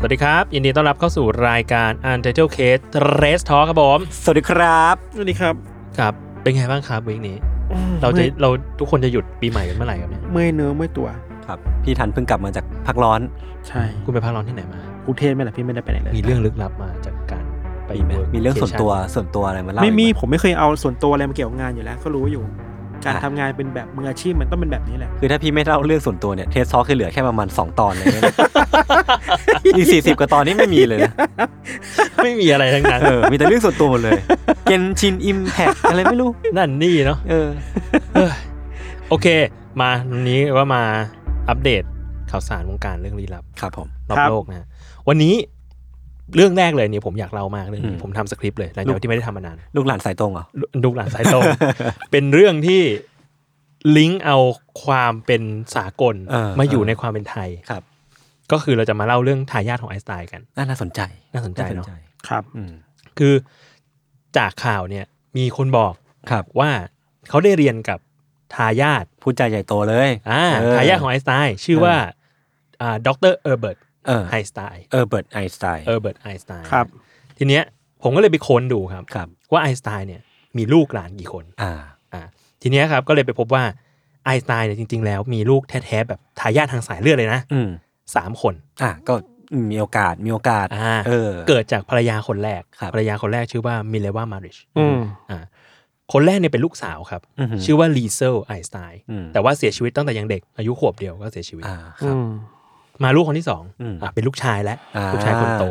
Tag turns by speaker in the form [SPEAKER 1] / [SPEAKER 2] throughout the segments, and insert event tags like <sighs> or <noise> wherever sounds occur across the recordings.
[SPEAKER 1] สวัสดีครับ ยินดีต้อนรับเข้าสู่รายการ Untitled Case Race Talk ครับผม
[SPEAKER 2] สวัสดีครับ
[SPEAKER 3] สวัสดีครับ
[SPEAKER 1] ครับ เป็นไงบ้างครับวีคนี้ เราจะเราทุกคนจะหยุดปีใหม่กันเมื่อไหร่ครับเนี่ย
[SPEAKER 3] เมื่อยเนื้อเมื่อยตัว
[SPEAKER 2] ครับ พี่ทันเพิ่งกลับมาจากพักร้อน
[SPEAKER 3] ใช่
[SPEAKER 1] คุณไปพักร้อนที่ไหนมา
[SPEAKER 3] กรุงเทพไม่แหละพี่ไม่ได้ไปไหนเลย
[SPEAKER 1] มีเรื่องลึกลับมาจากการไป
[SPEAKER 2] มีไหม
[SPEAKER 1] work
[SPEAKER 2] มีเรื่องส่วน
[SPEAKER 1] vacation
[SPEAKER 2] ตัวส่วนตัวอะไรมาเล่า
[SPEAKER 3] ไม่มี
[SPEAKER 2] อีกห
[SPEAKER 3] ผมไม่เคยเอาส่วนตัวอะไรมาเกี่ยวกับงานอยู่แล้ว ก็รู้อยู่ การทำงานเป็นแบบมืออาชีพมันต้องเป็นแบบนี้แหละ
[SPEAKER 2] คือถ้าพี่ไม่เล่าเรื่องส่วนตัวเนี่ยเทสซอคือเหลือแค่ประมาณ 2 ตอนเลย
[SPEAKER 1] <laughs>
[SPEAKER 2] นะ อีกสี่สิบกว่าตอนนี้ไม่มีเลยนะ
[SPEAKER 1] <laughs> ไม่มีอะไรทั้งนั้น
[SPEAKER 2] เออมีแต่เรื่องส่วนตัวหมดเลย เกนชินอิมแพกอะไรไม่รู้
[SPEAKER 1] นั่นนี่เนาะ <sighs>
[SPEAKER 2] เออ
[SPEAKER 1] เอ้ยโอเค มาวันนี้ก็มาอัปเดตข่าวสารวงการเรื่องลี้ลับ
[SPEAKER 2] ครับผม
[SPEAKER 1] รอ
[SPEAKER 3] ครับ บ
[SPEAKER 1] โลกนะฮะวันนี้เรื่องแรกเลยเนี่ยผมอยากเล่ามากเรื่อง
[SPEAKER 2] อื
[SPEAKER 1] นี้
[SPEAKER 2] ม
[SPEAKER 1] ผมทำสคริปต์เลยหลังจากที่ไม่ได้ทำมานาน
[SPEAKER 2] ลูกหลานสายตรงเหรอ
[SPEAKER 1] ลูกหลานสาย
[SPEAKER 2] <laughs>
[SPEAKER 1] ตรง เป็นเรื่องที่ลิงก์เอาความเป็นสากลมาอยู่ในความเป็นไทย
[SPEAKER 2] ครับ
[SPEAKER 1] ก็คือเราจะมาเล่าเรื่องทายาทของไอน์สไตน์กัน
[SPEAKER 2] อ่ะน่าสนใจ
[SPEAKER 1] น่าสนใจเนอะ
[SPEAKER 3] ครับ
[SPEAKER 2] อืม
[SPEAKER 1] คือจากข่าวเนี่ยมีคนบอก
[SPEAKER 2] ครับ
[SPEAKER 1] ว่าเขาได้เรียนกับทายาท
[SPEAKER 2] พูดใจใหญ่โตเลย
[SPEAKER 1] อ่า
[SPEAKER 2] เออ
[SPEAKER 1] ทายาทของไอน์สไตน์ชื่อว่าอ่าด็อกเตอร์เออร์เบิร์ต
[SPEAKER 2] เออ
[SPEAKER 1] ไอน์สไตน์
[SPEAKER 2] เออเบิร์ตไอน์สไตน์
[SPEAKER 1] เออร์เบิร์ตไอน์สไตน์
[SPEAKER 3] ครับ
[SPEAKER 1] ทีเนี้ยผมก็เลยไปค้นดูครับ
[SPEAKER 2] ครับ
[SPEAKER 1] ว่าไอน์สไตน์เนี่ยมีลูกหลานกี่คน
[SPEAKER 2] อ่า
[SPEAKER 1] อ่าทีเนี้ยครับก็เลยไปพบว่าไอน์สไตน์เนี่ยจริง ๆ แล้วมีลูกแท้ ๆ แบบทายาททางสายเลือดเลยนะ
[SPEAKER 2] อืม
[SPEAKER 1] สามคน
[SPEAKER 2] อ่ะก็มีโอกาสมีโอกาส
[SPEAKER 1] อ่า
[SPEAKER 2] เออ
[SPEAKER 1] เกิดจากภรรยาคนแรก
[SPEAKER 2] ครับ
[SPEAKER 1] ภรรยาคนแรกชื่อว่ามิเลวามาริช
[SPEAKER 3] อืม
[SPEAKER 1] อ่าคนแรกเนี่ยเป็นลูกสาวครับ
[SPEAKER 2] หื
[SPEAKER 1] ชื่อว่าลีเซลไอน์สไตน์
[SPEAKER 2] ม
[SPEAKER 1] แต่ว่าเสียชีวิตตั้งแต่ยังเด็ก อายุขวบเดียวก็เสียชีวิต
[SPEAKER 2] อ่าค
[SPEAKER 3] อื
[SPEAKER 2] รับ
[SPEAKER 3] ม
[SPEAKER 1] มาลูกคนที่สอง
[SPEAKER 2] อืม
[SPEAKER 1] อ่าเป็นลูกชายแล้ว
[SPEAKER 2] อ่า
[SPEAKER 1] ลูกชายคนโต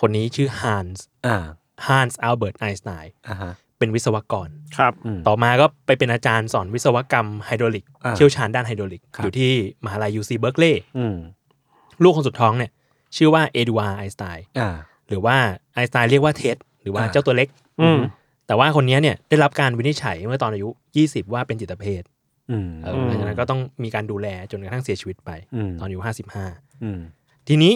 [SPEAKER 1] คนนี้ชื่อฮันส์
[SPEAKER 2] อ่า
[SPEAKER 1] ฮันส์อัลเบิร์ตไอน์สไตน์
[SPEAKER 2] อ่าฮะ
[SPEAKER 1] เป็นวิศวกร
[SPEAKER 3] ครับ
[SPEAKER 2] อืม
[SPEAKER 1] ต่อมาก็ไปเป็นอาจารย์สอนวิศวกรรมไฮดรอลิก
[SPEAKER 2] อ่า
[SPEAKER 1] เชี่ยวชาญด้านไฮดรอลิก
[SPEAKER 2] ครับ
[SPEAKER 1] อยู่ที่มหาลัยยูซีเบิร์กลี
[SPEAKER 2] อืม
[SPEAKER 1] ลูกคนสุดท้องเนี่ย ชื่อว่าเอดวาร์ไอน์สไตน์
[SPEAKER 2] อ่า
[SPEAKER 1] หรือว่าไอน์สไตน์เรียกว่าเท็ดหรือว่า
[SPEAKER 2] อ่า
[SPEAKER 1] เจ้าตัวเล็ก
[SPEAKER 3] อืม
[SPEAKER 1] แต่ว่าคนเนี้ยเนี่ยได้รับการวินิจฉัยเมื่อตอนอายุ 20 ว่าเป็นจิตเภท
[SPEAKER 2] อืม
[SPEAKER 1] เออ
[SPEAKER 3] ม
[SPEAKER 1] หลังจากนั้นก็ต้องมีการดูแลจนกระทั่งเสียชีวิตไป
[SPEAKER 2] อืม
[SPEAKER 1] ตอนอายุ
[SPEAKER 2] อืม
[SPEAKER 1] 55 ทีนี้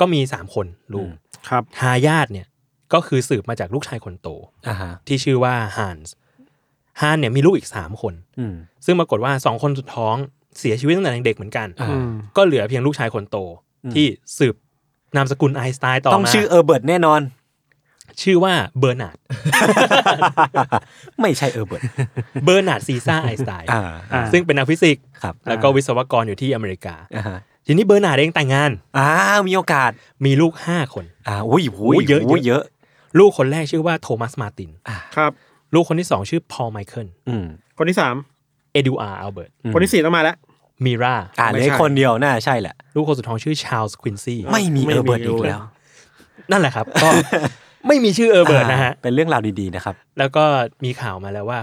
[SPEAKER 1] ก็มี 3 คนลูก
[SPEAKER 2] อืม
[SPEAKER 3] ครับ
[SPEAKER 1] ทายาทเนี่ยก็คือสืบมาจากลูกชายคนโต
[SPEAKER 2] อ่าฮะ
[SPEAKER 1] ที่ชื่อว่าฮันส์ฮันเนี่ยมีลูกอีกสามคน
[SPEAKER 2] อืม
[SPEAKER 1] ซึ่งปรากฏว่าสองคนสุดท้องเสียชีวิตตั้งแต่ยังเด็กเหมือนกัน
[SPEAKER 2] อ่า
[SPEAKER 3] อืม
[SPEAKER 1] ก็เหลือเพียงลูกชายคนโต
[SPEAKER 2] อืม
[SPEAKER 1] ที่สืบนามสกุลไอน์สไตน์ต่อมา
[SPEAKER 2] ต้องชื่อเออเบิร์ตแน่นอน
[SPEAKER 1] <laughs> ชื่อว่าเบอร์นาร์ด
[SPEAKER 2] ไม่ใช่เออเบิร์ต
[SPEAKER 1] เบอร์นาร์ดซีซ่าไอน์สไตน์
[SPEAKER 2] อ่า
[SPEAKER 3] อ่า
[SPEAKER 1] ซึ่งเป็นนักฟิสิกส์
[SPEAKER 2] ครับ
[SPEAKER 1] แล้วก็วิศวกรอยู่ที่อเมริกา
[SPEAKER 2] อ่าฮะ
[SPEAKER 1] ทีนี้เบอร์นาร์ดเองแต่งงาน
[SPEAKER 2] อ่ามีโอกาส
[SPEAKER 1] มีลูก 5 คน
[SPEAKER 2] อ่าอุ้ยโอ้ย
[SPEAKER 1] โอ้ยเยอะ
[SPEAKER 2] โเยอะ
[SPEAKER 1] ลูกคนแรกชื่อว่าโทมัสมาร์ติน
[SPEAKER 3] ครับ
[SPEAKER 1] ลูกคนที่ 2 ชื่อพอลไมเคิล
[SPEAKER 2] อืม
[SPEAKER 3] คนที่สาม
[SPEAKER 1] เอดูอาร์อัลเบิร์ต
[SPEAKER 2] อืม
[SPEAKER 3] คนที่สี่ต้องมาแล้ว
[SPEAKER 1] มิรา
[SPEAKER 2] อ่าเหล
[SPEAKER 3] ไม่
[SPEAKER 2] ย
[SPEAKER 3] ใช่
[SPEAKER 2] คนเดียวน่าใช่แหละ
[SPEAKER 1] ลูกคนสุดท้องชื่อชาลส์ควินซี่
[SPEAKER 2] ไม่มี
[SPEAKER 3] ไม่
[SPEAKER 2] เอ
[SPEAKER 3] มี
[SPEAKER 2] อเบิร์ตอี
[SPEAKER 3] อี
[SPEAKER 2] ก
[SPEAKER 3] กแล้
[SPEAKER 2] แล้ว
[SPEAKER 3] ว
[SPEAKER 1] นั่นแหละครับก็ ไม่มีชื่อเออร์เบิร์ตนะฮะ
[SPEAKER 2] อ่าเป็นเรื่องราวดีๆนะครับ
[SPEAKER 1] แล้วก็มีข่าวมาแล้วว่า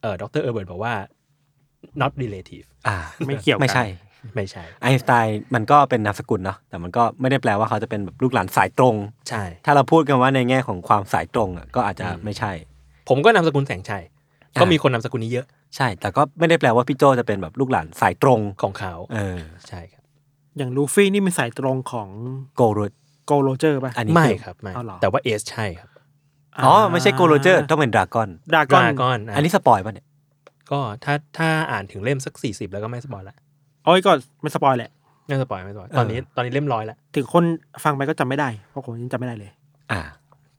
[SPEAKER 1] เออดรเออร์เบิร์ตบอกว่า not relative
[SPEAKER 2] อ่า
[SPEAKER 3] ไม่เกี่ยวกัน
[SPEAKER 2] ไม่ใช่
[SPEAKER 1] ไม่ใช่
[SPEAKER 2] ไอน์สไตน์มันก็เป็นนามสกุลเนาะแต่มันก็ไม่ได้แปลว่าเขาจะเป็นแบบลูกหลานสายตรง
[SPEAKER 1] ใช่
[SPEAKER 2] ถ้าเราพูดกันว่าในแง่ของความสายตรงอ่ะก็อาจจะไม่ใช่
[SPEAKER 1] ผมก็นามสกุลแสงชัย
[SPEAKER 2] อ่า
[SPEAKER 1] ก็มีคนนามสกุลนี้เยอะ
[SPEAKER 2] ใช่ แต่ก็ไม่ได้แปลว่าพี่โจจะเป็นแบบลูกหลานสายตรง
[SPEAKER 1] ของเขา
[SPEAKER 2] เออ
[SPEAKER 1] ใช่ครับ
[SPEAKER 3] อย่างลูฟี่นี่เป็นสายตรงของ
[SPEAKER 2] โกรุด
[SPEAKER 3] โกโรเจอร์ป่ะ
[SPEAKER 2] อันนี้
[SPEAKER 1] ไม่
[SPEAKER 2] คือ
[SPEAKER 1] ครับไม่
[SPEAKER 3] เอาเหรอ
[SPEAKER 1] แต่ว่าเอสใช่ครับ
[SPEAKER 2] อ๋อไม่ใช่โกโรเจอร์ต้องเป็นดราก้อน
[SPEAKER 3] ดราก
[SPEAKER 1] ด
[SPEAKER 3] อน
[SPEAKER 1] ราก้อน
[SPEAKER 2] อันนี้สปอยป่ะเนี่ย
[SPEAKER 1] ก็ถ้าถ้าอ่านถึงเล่มสัก 40 แล้วก็ไม่สปอยละ
[SPEAKER 3] โอ้ยก็ไม่สปอยแหละ
[SPEAKER 1] ไม่สปอยไม่สปอยตอนนี้ตอนนี้เล่มร้อยละ
[SPEAKER 3] ถึงคนฟังไปก็จำไม่ได้ เพราะผมยังจำไม่ได้เลย
[SPEAKER 2] อ่า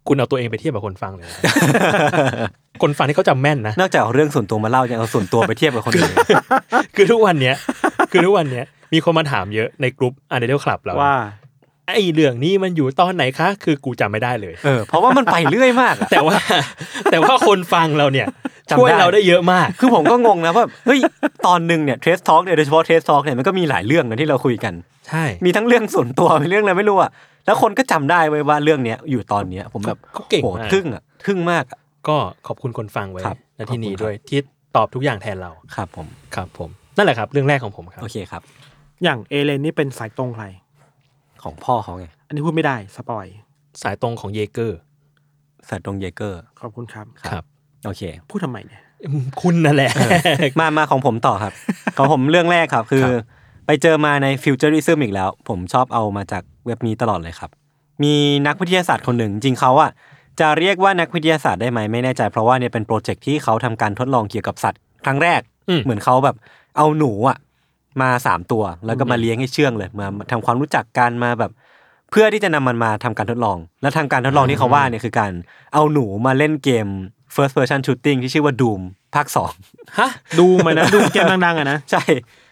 [SPEAKER 1] คุณเอาตัวเองไปเทียบกับคนฟังเลยนะ <laughs> คนฟังที่เขาจำแม่นนะ
[SPEAKER 2] นอกจากเอาเรื่องส่วนตัวมาเล่ายังเอาส่วนตัวไปเทียบกับคนอื่น <laughs>
[SPEAKER 1] คือทุกวันเนี้ยคือทุกวันเนี้ยมีคนมาถามเยอะในกลุ่มอันเดอร์คลับเรา
[SPEAKER 3] ว่า
[SPEAKER 1] ไอ้เรื่องนี้มันอยู่ตอนไหนคะ คือกูจำไม่ได้เลย
[SPEAKER 2] เออเพราะว่ามันไปเรื่อยมากอะ
[SPEAKER 1] แต่ว่า แต่ว่าคนฟังเราเนี่ย
[SPEAKER 2] จำได้
[SPEAKER 1] ช่วยเราได้เยอะมาก
[SPEAKER 2] คือผมก็งงนะว่าเฮ้ยตอนหนึ่งเนี่ยเทสทอ l k เนี่ยโดยเฉพาะเทสทอ l k เนี่ยมันก็มีหลายเรื่องนะที่เราคุยกัน
[SPEAKER 1] ใช่
[SPEAKER 2] มีทั้งเรื่องส่วนตัวมีเรื่องอะไรไม่รู้อะแล้วคนก็จำได้ไว้ยว่าเรื่องเนี้ยอยู่ตอนเนี้ยผมแบบ
[SPEAKER 1] เขาเก่ง
[SPEAKER 2] โห
[SPEAKER 1] มาก
[SPEAKER 2] ทึ่งอะทึ่งมากอะ
[SPEAKER 1] ก็ขอบคุณคนฟังไว้
[SPEAKER 2] ครับ
[SPEAKER 1] ณที่
[SPEAKER 2] ข
[SPEAKER 1] นี้
[SPEAKER 2] อบคุณครับ
[SPEAKER 1] ด้วยที่ตอบทุกอย่างแทนเรา
[SPEAKER 2] ครับผม
[SPEAKER 1] ครับผม นั่นแหละครับ เรื่องแรกของผมครับ
[SPEAKER 2] โอเคครับ
[SPEAKER 3] อย่างเอเลนนี่เป็นสายตรงใคร
[SPEAKER 2] ของพ่อเขาไง
[SPEAKER 3] อันนี้พูดไม่ได้สปอย
[SPEAKER 1] สายตรงของเยเกอร์
[SPEAKER 2] สัตว์ตรงเยเกอร์
[SPEAKER 3] ขอบคุณครับ
[SPEAKER 2] ครับ โอเค
[SPEAKER 3] พูดทำไมเนี่ย
[SPEAKER 1] อืมคุณนั่นแหละ
[SPEAKER 2] <laughs> มามาของผมต่อครับ ของผมเรื่องแรกครับ คือ ไปเจอมาในฟิวเจอริซึมอีกแล้ว ผมชอบเอามาจากเว็บนี้ตลอดเลยครับ มีนักวิทยาศาสตร์คนหนึ่ง จริงเขาอะจะเรียกว่านักวิทยาศาสตร์ได้ไหมไม่แน่ใจ เพราะว่าเนี่ยเป็นโปรเจกต์ที่เขาทำการทดลองเกี่ยวกับสัตว์ครั้งแรก
[SPEAKER 1] อืม
[SPEAKER 2] เหมือนเขาแบบเอาหนูอะมาสามตัว แล้วก็มาเลี้ยงให้เชื่องเลยมาทำความรู้จักกันมาแบบ เพื่อที่จะนำมันมาทำการทดลอง และทำการทดลองที่เขาว่าเนี่ยคือการเอาหนูมาเล่นเกม first person shooting ที่ชื่อว่า Doom ภาคสอง
[SPEAKER 3] ฮะ ดูมานะ ดูเกมดังๆอะนะ
[SPEAKER 2] ใช่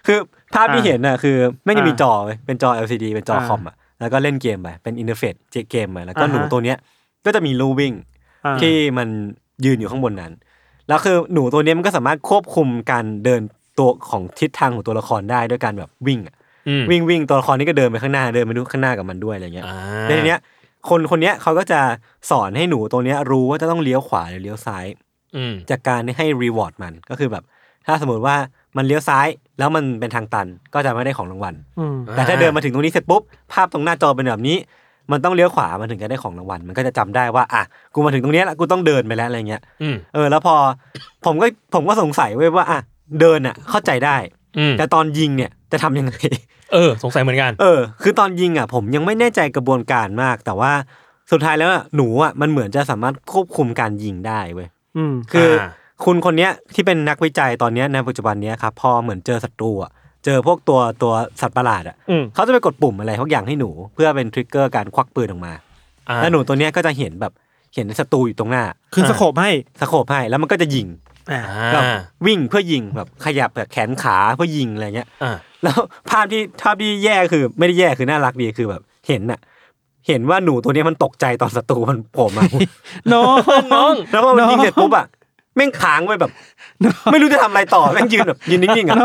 [SPEAKER 2] คือภาพที่
[SPEAKER 3] อ่า
[SPEAKER 2] เห็นน่ะคือไม่ได้มี
[SPEAKER 3] อ่า
[SPEAKER 2] จอเว้ยเป็นจอ LCD เป็นจออา คอมอ่ะ แล้วก็เล่นเกมไป เป็นอินเทอร์เฟซเกมไป แล้วก็
[SPEAKER 3] อ่าฮะ
[SPEAKER 2] หนูตัวเนี้ย ก็จะมีลูวิ่ง
[SPEAKER 3] อ่า
[SPEAKER 2] ที่มันยืนอยู่ข้างบนนั้น แล้วคือหนูตัวเนี้ยมันก็สามารถควบคุมการเดินตัวของทิศทางของตัวละครได้ด้วยการแบบวิ่งอะ
[SPEAKER 1] อืม
[SPEAKER 2] วิ่งวิ่งตัวละครนี้ก็เดินไปข้างหน้าเดินไปดูข้างหน้ากับมันด้วยอะไรเงี้ย
[SPEAKER 1] อ่า
[SPEAKER 2] ในเนี้ยคนคนเนี้ยเขาก็จะสอนให้หนูตัวเนี้ยรู้ว่าจะต้องเลี้ยวขวาหรือเลี้ยวซ้าย
[SPEAKER 1] อืม
[SPEAKER 2] จากการให้รีวอร์ดมันก็คือแบบ ถ้าสมมติว่ามันเลี้ยวซ้ายแล้วมันเป็นทางตันก็จะไม่ได้ของรางวัล
[SPEAKER 3] อืม
[SPEAKER 2] แต่ถ้าเดินมาถึงตรงนี้เสร็จปุ๊บ ภาพตรงหน้าจอเป็นแบบนี้ มันต้องเลี้ยวขวามันถึงจะได้ของรางวัลมันก็จะจำได้ว่าอ่ะกูมาถึงตรงเนี้ยละกูต้องเดินไปแล้วอะไรเงี้ย
[SPEAKER 1] อืม
[SPEAKER 2] เออแล้วพอ ผมก็ผมก็สงสัยเว้ยว่าอ่ะเดินอ่ะเข้าใจได้
[SPEAKER 1] อืม
[SPEAKER 2] แต่ตอนยิงเนี่ยจะทำยังไง <laughs>
[SPEAKER 1] เออ สงสัยเหมือนกัน
[SPEAKER 2] เออ คือตอนยิงอ่ะผมยังไม่แน่ใจกระบวนการมาก แต่ว่าสุดท้ายแล้วอะหนูอ่ะมันเหมือนจะสามารถควบคุมการยิงได้เว้ย
[SPEAKER 3] อืม
[SPEAKER 2] คืออา คุณคนเนี้ยที่เป็นนักวิจัยตอนเนี้ยในปัจจุบันเนี้ยครับพอเหมือนเจอศัตรูอะเจอพวกตัวตัวสัตว์ประหลาดอ่ะ
[SPEAKER 3] อืม
[SPEAKER 2] เขาจะไปกดปุ่มอะไรทุกอย่างให้หนู เพื่อเป็นทริกเกอร์การควักปืนออกมา
[SPEAKER 1] อ่า
[SPEAKER 2] แล้วหนูตัวเนี้ยก็จะเห็นแบบเห็นศัตรูอยู่ตรงหน้า
[SPEAKER 3] คืนสโคบ
[SPEAKER 2] <laughs>
[SPEAKER 3] ให้
[SPEAKER 2] สโคบให้แล้วมันก็จะยิง
[SPEAKER 3] อ่า
[SPEAKER 2] แบบ
[SPEAKER 1] อ่า
[SPEAKER 2] วิ่งเพื่อยิงแบบขยับแบบแขนขาเพื่อยิงอะไรเงี้ย
[SPEAKER 1] อ่า
[SPEAKER 2] แล้วภาพที่ภาพที่แย่คือไม่ได้แย่คือน่ารักดีคือแบบเห็นน่ะ เห็นว่าหนูตัวเนี้ยมันตกใจตอนศัตรูมันโผล่มา
[SPEAKER 3] <laughs> น้อง
[SPEAKER 1] น้อง
[SPEAKER 2] แล้วพอมันยิงเสร็จปุ๊บอะแม่งค้างไว้แบบ <laughs> ไม่รู้จะทำอะไรต่อแม่งยืนแบบยืนนิ่งๆอะ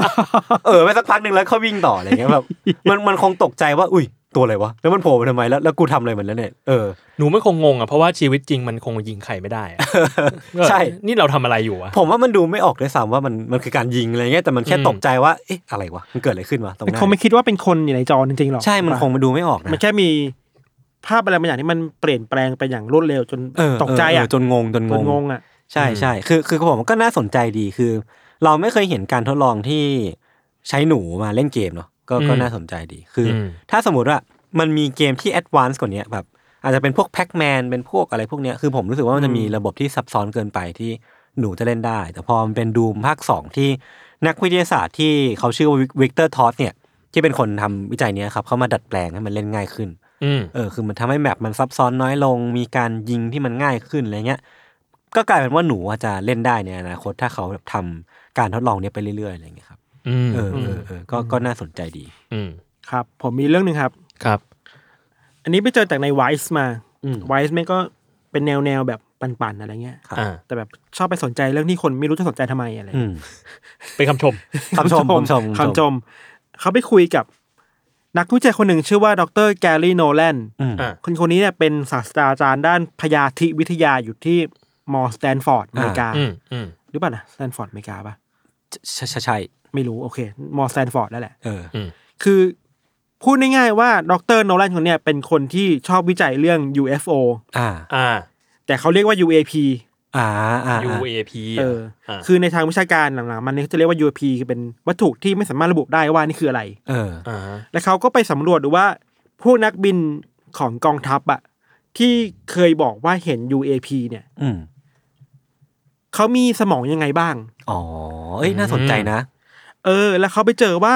[SPEAKER 2] เออไปสักพักหนึ่งแล้วเขาวิ่งต่ออะไรเงี้ยแบบมันมันคงตกใจว่า อุ้ยตัวอะไรวะแล้วมันโผล่มาทำไมแล้วแล้วกูทำอะไรมันแล้วเนี่ยเออ
[SPEAKER 1] หนูไม่คงงงอ่ะเพราะว่าชีวิตจริงมันคงยิงใครไม่ได้อะ
[SPEAKER 2] ใช่
[SPEAKER 1] นี่เราทำอะไรอยู่อะ
[SPEAKER 2] ผมว่ามันดูไม่ออกด้วยซ้ำว่ามันมันคือการยิงอะไรเงี้ยแต่มันแค่ตกใจว่าเอ๊ะอะไรวะมันเกิดอะไรขึ้นวะตรงห
[SPEAKER 3] มัน
[SPEAKER 2] นั้
[SPEAKER 3] คงไม่
[SPEAKER 2] น
[SPEAKER 3] คิดว่าเป็นคนอยู่ในจอจริงๆหรอก
[SPEAKER 2] ใช่มันคงมาดูไม่ออกนะ
[SPEAKER 3] มันแค่มีภาพอะไรบางอย่างที่มันเปลี่ยนแปลงไปอย่างรวดเร็วจน
[SPEAKER 2] เออ
[SPEAKER 3] ตกใจอ่ะ
[SPEAKER 2] เจนงงจน
[SPEAKER 3] จ
[SPEAKER 2] ง
[SPEAKER 3] น
[SPEAKER 2] ง
[SPEAKER 3] งงอ่ะ
[SPEAKER 2] ใช่ใช่คือคือผมก็น่าสนใจดีคือ เราไม่เคยเห็นการทดลองที่ใช้หนูมาเล่นเกมเนาะก็ก็น่าสนใจดีคืออถ้าสมมติว่ามันมีเกมที่แอดวานซ์กว่าเนี้ยแบบอาจจะเป็นพวกแพ็กแมนเป็นพวกอะไรพวกเนี้ยคือผมรู้สึกว่ามันจะมีระบบที่ซับซ้อนเกินไปที่หนูจะเล่นได้ แต่พอมันเป็นดูมภาคสองที่นักวิทยาศาสตร์ที่เขาชื่อว่าวิกเตอร์ทอสเนี่ยที่เป็นคนทำวิจัยเนี้ยครับเขามาดัดแปลงให้มันเล่นง่ายขึ้น
[SPEAKER 1] อืม
[SPEAKER 2] เออคือมันทำให้แมปมันซับซ้อนน้อยลง มีการยิงที่มันง่ายขึ้นอะไรเงี้ย ก็กลายเป็นว่าหนูอาจจะเล่นได้ในอนาคตถ้าเขาแบบทำการทดลองเนี้ยไปเรื่อยๆอะไรเงี้ยครับ
[SPEAKER 1] อืม
[SPEAKER 2] เออเออเออก็ก็น่าสนใจดี
[SPEAKER 1] อืม
[SPEAKER 3] ครับ ผมมีเรื่องหนึ่งครับ
[SPEAKER 1] ครับ
[SPEAKER 3] อันนี้ไปเจอจากในไวส์มา
[SPEAKER 2] อืม
[SPEAKER 3] ไวส์แม่งก็เป็นแนวแนวแบบปั่นๆอะไรเงี้ย
[SPEAKER 2] ครับ
[SPEAKER 1] อ่า
[SPEAKER 3] แต่แบบชอบไปสนใจเรื่องที่คนไม่รู้จะสนใจทำไมอะไร
[SPEAKER 2] อืม
[SPEAKER 1] เป็นคำชม
[SPEAKER 2] คำชมคำชม
[SPEAKER 3] คำชม เขาไปคุยกับนักวิจัยคนหนึ่งชื่อว่าดรแกรี่โนแลน
[SPEAKER 2] อืม
[SPEAKER 1] อ่ะ
[SPEAKER 3] คนคนนี้เนี่ยเป็นศาสตราจารย์ด้านพยาธิวิทยาอยู่ที่มอสแตนฟอร์ดอเมริกา
[SPEAKER 1] อืมอืม
[SPEAKER 3] หรือเปล่านะสแตนฟอร์ดอเมริกาปะ
[SPEAKER 2] ใช่ใช่ใช่
[SPEAKER 3] ไม่รู้ โอเค มอสแตนฟอร์ดนั่นแหละ
[SPEAKER 2] เออ
[SPEAKER 3] คือพูดง่ายๆว่าดรโนแลนคนเนี้ยเป็นคนที่ชอบวิจัยเรื่อง UFO
[SPEAKER 2] อ่า
[SPEAKER 1] อ่า
[SPEAKER 3] แต่เขาเรียกว่า UAP
[SPEAKER 2] อ่าอ่า
[SPEAKER 1] UAP
[SPEAKER 3] เออ
[SPEAKER 1] อ่า
[SPEAKER 3] คือในทางวิชาการหลังๆมันเนี่ยเขาจะเรียกว่า UAP คือเป็นวัตถุที่ไม่สามารถระบุได้ว่านี่คืออะไร
[SPEAKER 2] เออ
[SPEAKER 1] อ่า
[SPEAKER 3] แล้วเขาก็ไปสำรวจดูว่าพวกนักบินของกองทัพอะที่เคยบอกว่าเห็น UAP เนี่ย
[SPEAKER 2] อืม
[SPEAKER 3] เขามีสมองยังไงบ้าง
[SPEAKER 2] อ๋อเอ้ยน่าสนใจนะ
[SPEAKER 3] เออ แล้วเขาไปเจอว่า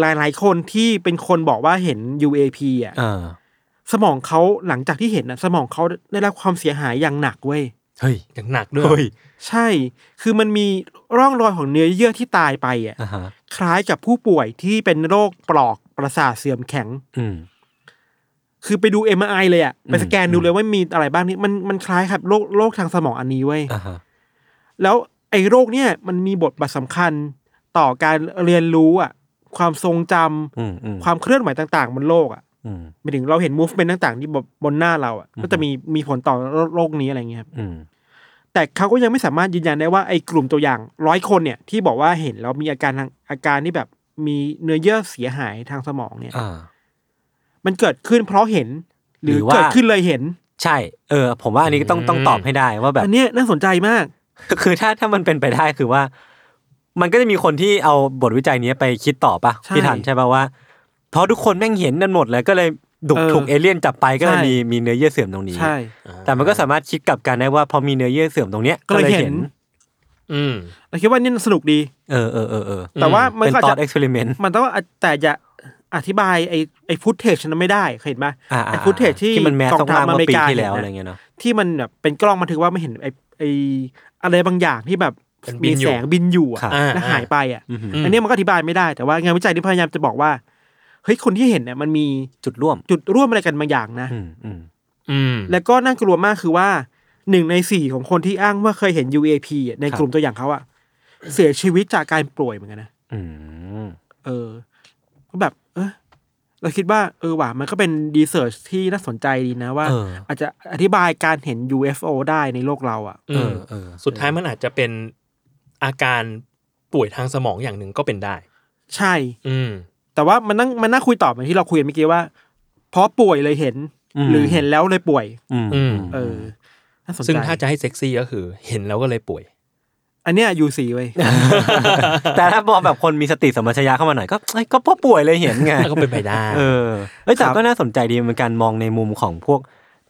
[SPEAKER 3] หลายๆคนที่เป็นคนบอกว่าเห็น UAP อะ
[SPEAKER 2] เออ
[SPEAKER 3] สมองเขาหลังจากที่เห็นอะสมองเขาได้รับความเสียหายอย่างหนักเว้ย
[SPEAKER 2] เฮ้ย
[SPEAKER 1] อย่างหนักด้วย
[SPEAKER 2] เฮ้ย
[SPEAKER 3] ใช่ คือมันมีร่องรอยของเนื้อเยื่อที่ตายไปอ่ะ
[SPEAKER 2] อ่าฮะ
[SPEAKER 3] คล้ายกับผู้ป่วยที่เป็นโรคปลอกประสาทเสื่อมแข็ง
[SPEAKER 2] อืม
[SPEAKER 3] คือไปดู MRI เลยอะไปสแกนดูเลยว่ามีอะไรบ้างนี่มันมันคล้ายครับโรคโรคทางสมองอันนี้เว้ย
[SPEAKER 2] อ่าฮะ
[SPEAKER 3] แล้วไอ้โรคเนี่ยมันมีบทบาทสำคัญต่อการเรียนรู้อ่ะ ความทรงจำ
[SPEAKER 2] อืมอืม
[SPEAKER 3] ความเคลื่อนไหวต่าง ๆ บนโลกอ่ะ
[SPEAKER 2] อืม
[SPEAKER 3] หมายถึงเราเห็น movement ต่างๆ ที่บบนหน้าเราอ่ะก็จะมีมีผลต่อโรโรคนี้อะไรเงี้ยครับ
[SPEAKER 2] อืม
[SPEAKER 3] แต่เขาก็ยังไม่สามารถยืนยันได้ว่าไอ้กลุ่มตัวอย่างร้อยคนเนี่ย ที่บอกว่าเห็นแล้วมีอาการทางอาการที่แบบมีเนื้อเยื่อเสียหายทางสมองเนี่ย
[SPEAKER 2] อ่า
[SPEAKER 3] มันเกิดขึ้นเพราะเห็น หรื
[SPEAKER 2] ห
[SPEAKER 3] อ
[SPEAKER 2] รือว่า
[SPEAKER 3] เกิดขึ้นเลยเห็น
[SPEAKER 2] ใช่ เออ ผมว่าอันนี้ก็ต้องต้องตอบให้ได้ว่าแบบ
[SPEAKER 3] อันเนี้ยน่าสนใจมาก
[SPEAKER 2] <laughs> คือถ้าถ้ามันเป็นไปได้คือว่า มันก็จะมีคนที่เอาบทวิจัยนี้ไปคิดต่อปะ
[SPEAKER 3] ใช่
[SPEAKER 2] พี่ทันใช่ปะว่า เพราะทุกคนแม่งเห็นนั่นหมดเลยก็เลยดุ
[SPEAKER 3] เออ
[SPEAKER 2] ถูกเอเลี่ยนจับไปก็เลย
[SPEAKER 3] ใช่
[SPEAKER 2] มีมีเนื้อเยื่อเสื่อมตรงนี้
[SPEAKER 3] ใช่
[SPEAKER 2] แต่มันก็สามารถคิดกลับกันได้ว่าพอมีเนื้อเยื่อเสื่อมตรงเนี้ย
[SPEAKER 3] ก็เลยเห็น
[SPEAKER 1] อืม
[SPEAKER 3] เราคิดว่านี่สนุกดี
[SPEAKER 2] เออเออเออเออ
[SPEAKER 3] แต่ว่ามัน
[SPEAKER 2] เป็น
[SPEAKER 3] ก็อา
[SPEAKER 2] ตอ
[SPEAKER 3] จจะ
[SPEAKER 2] ดเอ็กซ์เพร์เมนต์
[SPEAKER 3] มันต้องอาแต่จะอธิบายไอ้ไอ้ฟุตเทจนั้นไม่ได้เคยเห็นไหมไอ้ฟุตเทจที่
[SPEAKER 2] มันแมส
[SPEAKER 3] กอง
[SPEAKER 2] ต้อง
[SPEAKER 3] ทัพ
[SPEAKER 2] มาก
[SPEAKER 3] อ
[SPEAKER 2] เมื่อ
[SPEAKER 3] เมริ
[SPEAKER 2] ปี
[SPEAKER 3] กา
[SPEAKER 2] ที่แล้วอะ
[SPEAKER 3] เห็
[SPEAKER 2] ไร
[SPEAKER 3] นน่ะ
[SPEAKER 2] เงี้ยเนาะ
[SPEAKER 3] ที่มันแบบเป็นกล้องบันทึกว่าไม่เห็นไอ้ไอ้อะไรบางอย่างที่แบบ
[SPEAKER 1] เป็นบิ
[SPEAKER 3] มี
[SPEAKER 1] นอ
[SPEAKER 3] แส
[SPEAKER 1] ยู่
[SPEAKER 3] งบินอยู่อะ
[SPEAKER 2] ครับ
[SPEAKER 1] อ่า
[SPEAKER 3] แล้วหายไปอะ
[SPEAKER 2] อือหือ
[SPEAKER 1] ม
[SPEAKER 3] อันเนี้ยมันก็อธิบายไม่ได้แต่ว่างานวิจัยนี่พยายามจะบอกว่าเฮ้ยคนที่เห็นเนี่ยมันมี
[SPEAKER 2] จุดร่วม
[SPEAKER 3] จุดร่วมอะไรกันบางอย่างนะ
[SPEAKER 2] อืมอืม
[SPEAKER 1] อืม
[SPEAKER 3] แล้วก็น่ากลัวมากคือว่าหนึ่งในสี่ของคนที่อ้างว่าเคยเห็น UAP อะในกลุ่มตัวอย่างเขาอะเสียชีวิตจากการป่วยเหมือนกันนะ
[SPEAKER 2] อืม
[SPEAKER 3] เออก็แบบ เออเราคิดว่า เออว่ะมันก็เป็นดีเ e ิร์ชที่น่าสนใจดีนะว่า
[SPEAKER 2] เออ
[SPEAKER 3] อาจจะอธิบายการเห็น UFO ได้ในโลกเราอะ่ะ
[SPEAKER 2] เออเออ
[SPEAKER 1] สุดท้ายมันอาจจะเป็นอาการป่วยทางสมองอย่างหนึ่งก็เป็นได้
[SPEAKER 3] ใช่
[SPEAKER 1] อืม
[SPEAKER 3] แต่ว่ามันนั่งมันน่าคุยต่อเหมือนที่เราคุยกันเมื่อกี้ว่า เพราะป่วยเลยเห็น หรือเห็นแล้วเลยป่วย
[SPEAKER 2] อืม
[SPEAKER 1] อืม
[SPEAKER 3] เออน่าสนใจ
[SPEAKER 1] ซึ่งถ้าจะให้เซ็กซี่ก็คือ เห็นแล้วก็เลยป่วย
[SPEAKER 3] อันเนี้ย UC เว้ย
[SPEAKER 2] แต่ถ้ามองแบบคนมีสติสัมปชัญญะเข้ามาหน่อยก็เอ้ยก็พ่อป่วยเลยเห็นไง
[SPEAKER 1] ก็เป็นไปได้
[SPEAKER 2] เออเอ้ยแต่ก็น่าสนใจดีเป็นการมองในมุมของพวก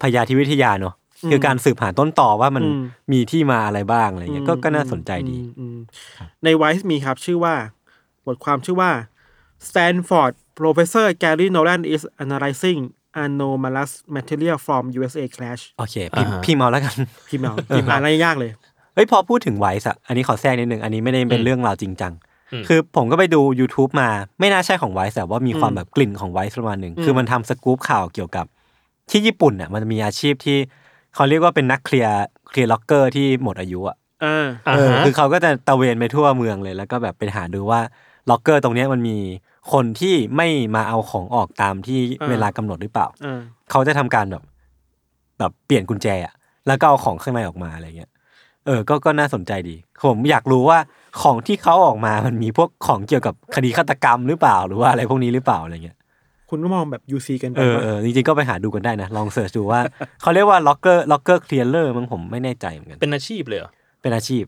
[SPEAKER 2] พยาธิวิทยาเนอะคือการสืบหาต้นต่อว่ามันมีที่มาอะไรบ้างอะไรเงี้ยก็ก็น่าสนใจดี
[SPEAKER 3] อืมอืมในไวซ์มีครับชื่อว่า บทความชื่อว่า Stanford Professor Gary Nolan is analyzing anomalous material from USA crash
[SPEAKER 2] โอเคพี่
[SPEAKER 1] อ่าฮะ
[SPEAKER 2] พี่เมาแล้วกัน <laughs>
[SPEAKER 3] พิมพ์เอาพิมพ์อ่านอะไรยากเลย
[SPEAKER 2] เฮ้ยพอพูดถึงไวส์อะอันนี้ขอแทรกนิดนึง อันนี้ไม่ได้เป็นเรื่องราวจริงจัง
[SPEAKER 1] อืม
[SPEAKER 2] คือผมก็ไปดู YouTube มาไม่น่าใช่ของไวส์แต่ว่ามีความแบบกลิ่นของไวส์ประมาณหนึ่ง คือมันทำสกู๊ปข่าวเกี่ยวกับ ที่ญี่ปุ่นอะมันมีอาชีพที่เขาเรียกว่าเป็นนักเคลียร์เคลียร์ล็อกเกอร์ที่หมดอายุอะ
[SPEAKER 3] อ่า
[SPEAKER 1] อ่า
[SPEAKER 2] เออ
[SPEAKER 1] ฮะ
[SPEAKER 2] คือเขาก็จะตระเวนไปทั่วเมืองเลย แล้วก็แบบไปหาดูว่าล็อกเกอร์ตรงเนี้ยมันมีคนที่ไม่มาเอาของออกตามที่
[SPEAKER 3] อ่า
[SPEAKER 2] เวลากำหนดหรือเปล่า
[SPEAKER 3] อ่า
[SPEAKER 2] เขาจะทำการแบบ แบบเปลี่ยนกุญแจอะแล้วก็เอาของข้างในออกมาอะไรเงี้ยเออก็ก็น่าสนใจดี ผมอยากรู้ว่าของที่เขาออกมามันมีพวกของเกี่ยวกับคดีฆาตกรรมหรือเปล่า หรือว่าอะไรพวกนี้หรือเปล่าอะไรเงี้ย
[SPEAKER 3] คุณก็มองแบบ UC กันไป
[SPEAKER 2] เออ
[SPEAKER 3] ว่า
[SPEAKER 2] เออจริงๆก็ไปหาดูกันได้นะลองเสิร์ชดูว่า เขาเรียกว่าล็อกเกอร์ล็อกเกอร์เคลียร์เลอร์มั้งผมไม่แน่ใจเหมือนกัน
[SPEAKER 1] เป็นอาชีพเลยเหรอ
[SPEAKER 2] เป็นอาชีพ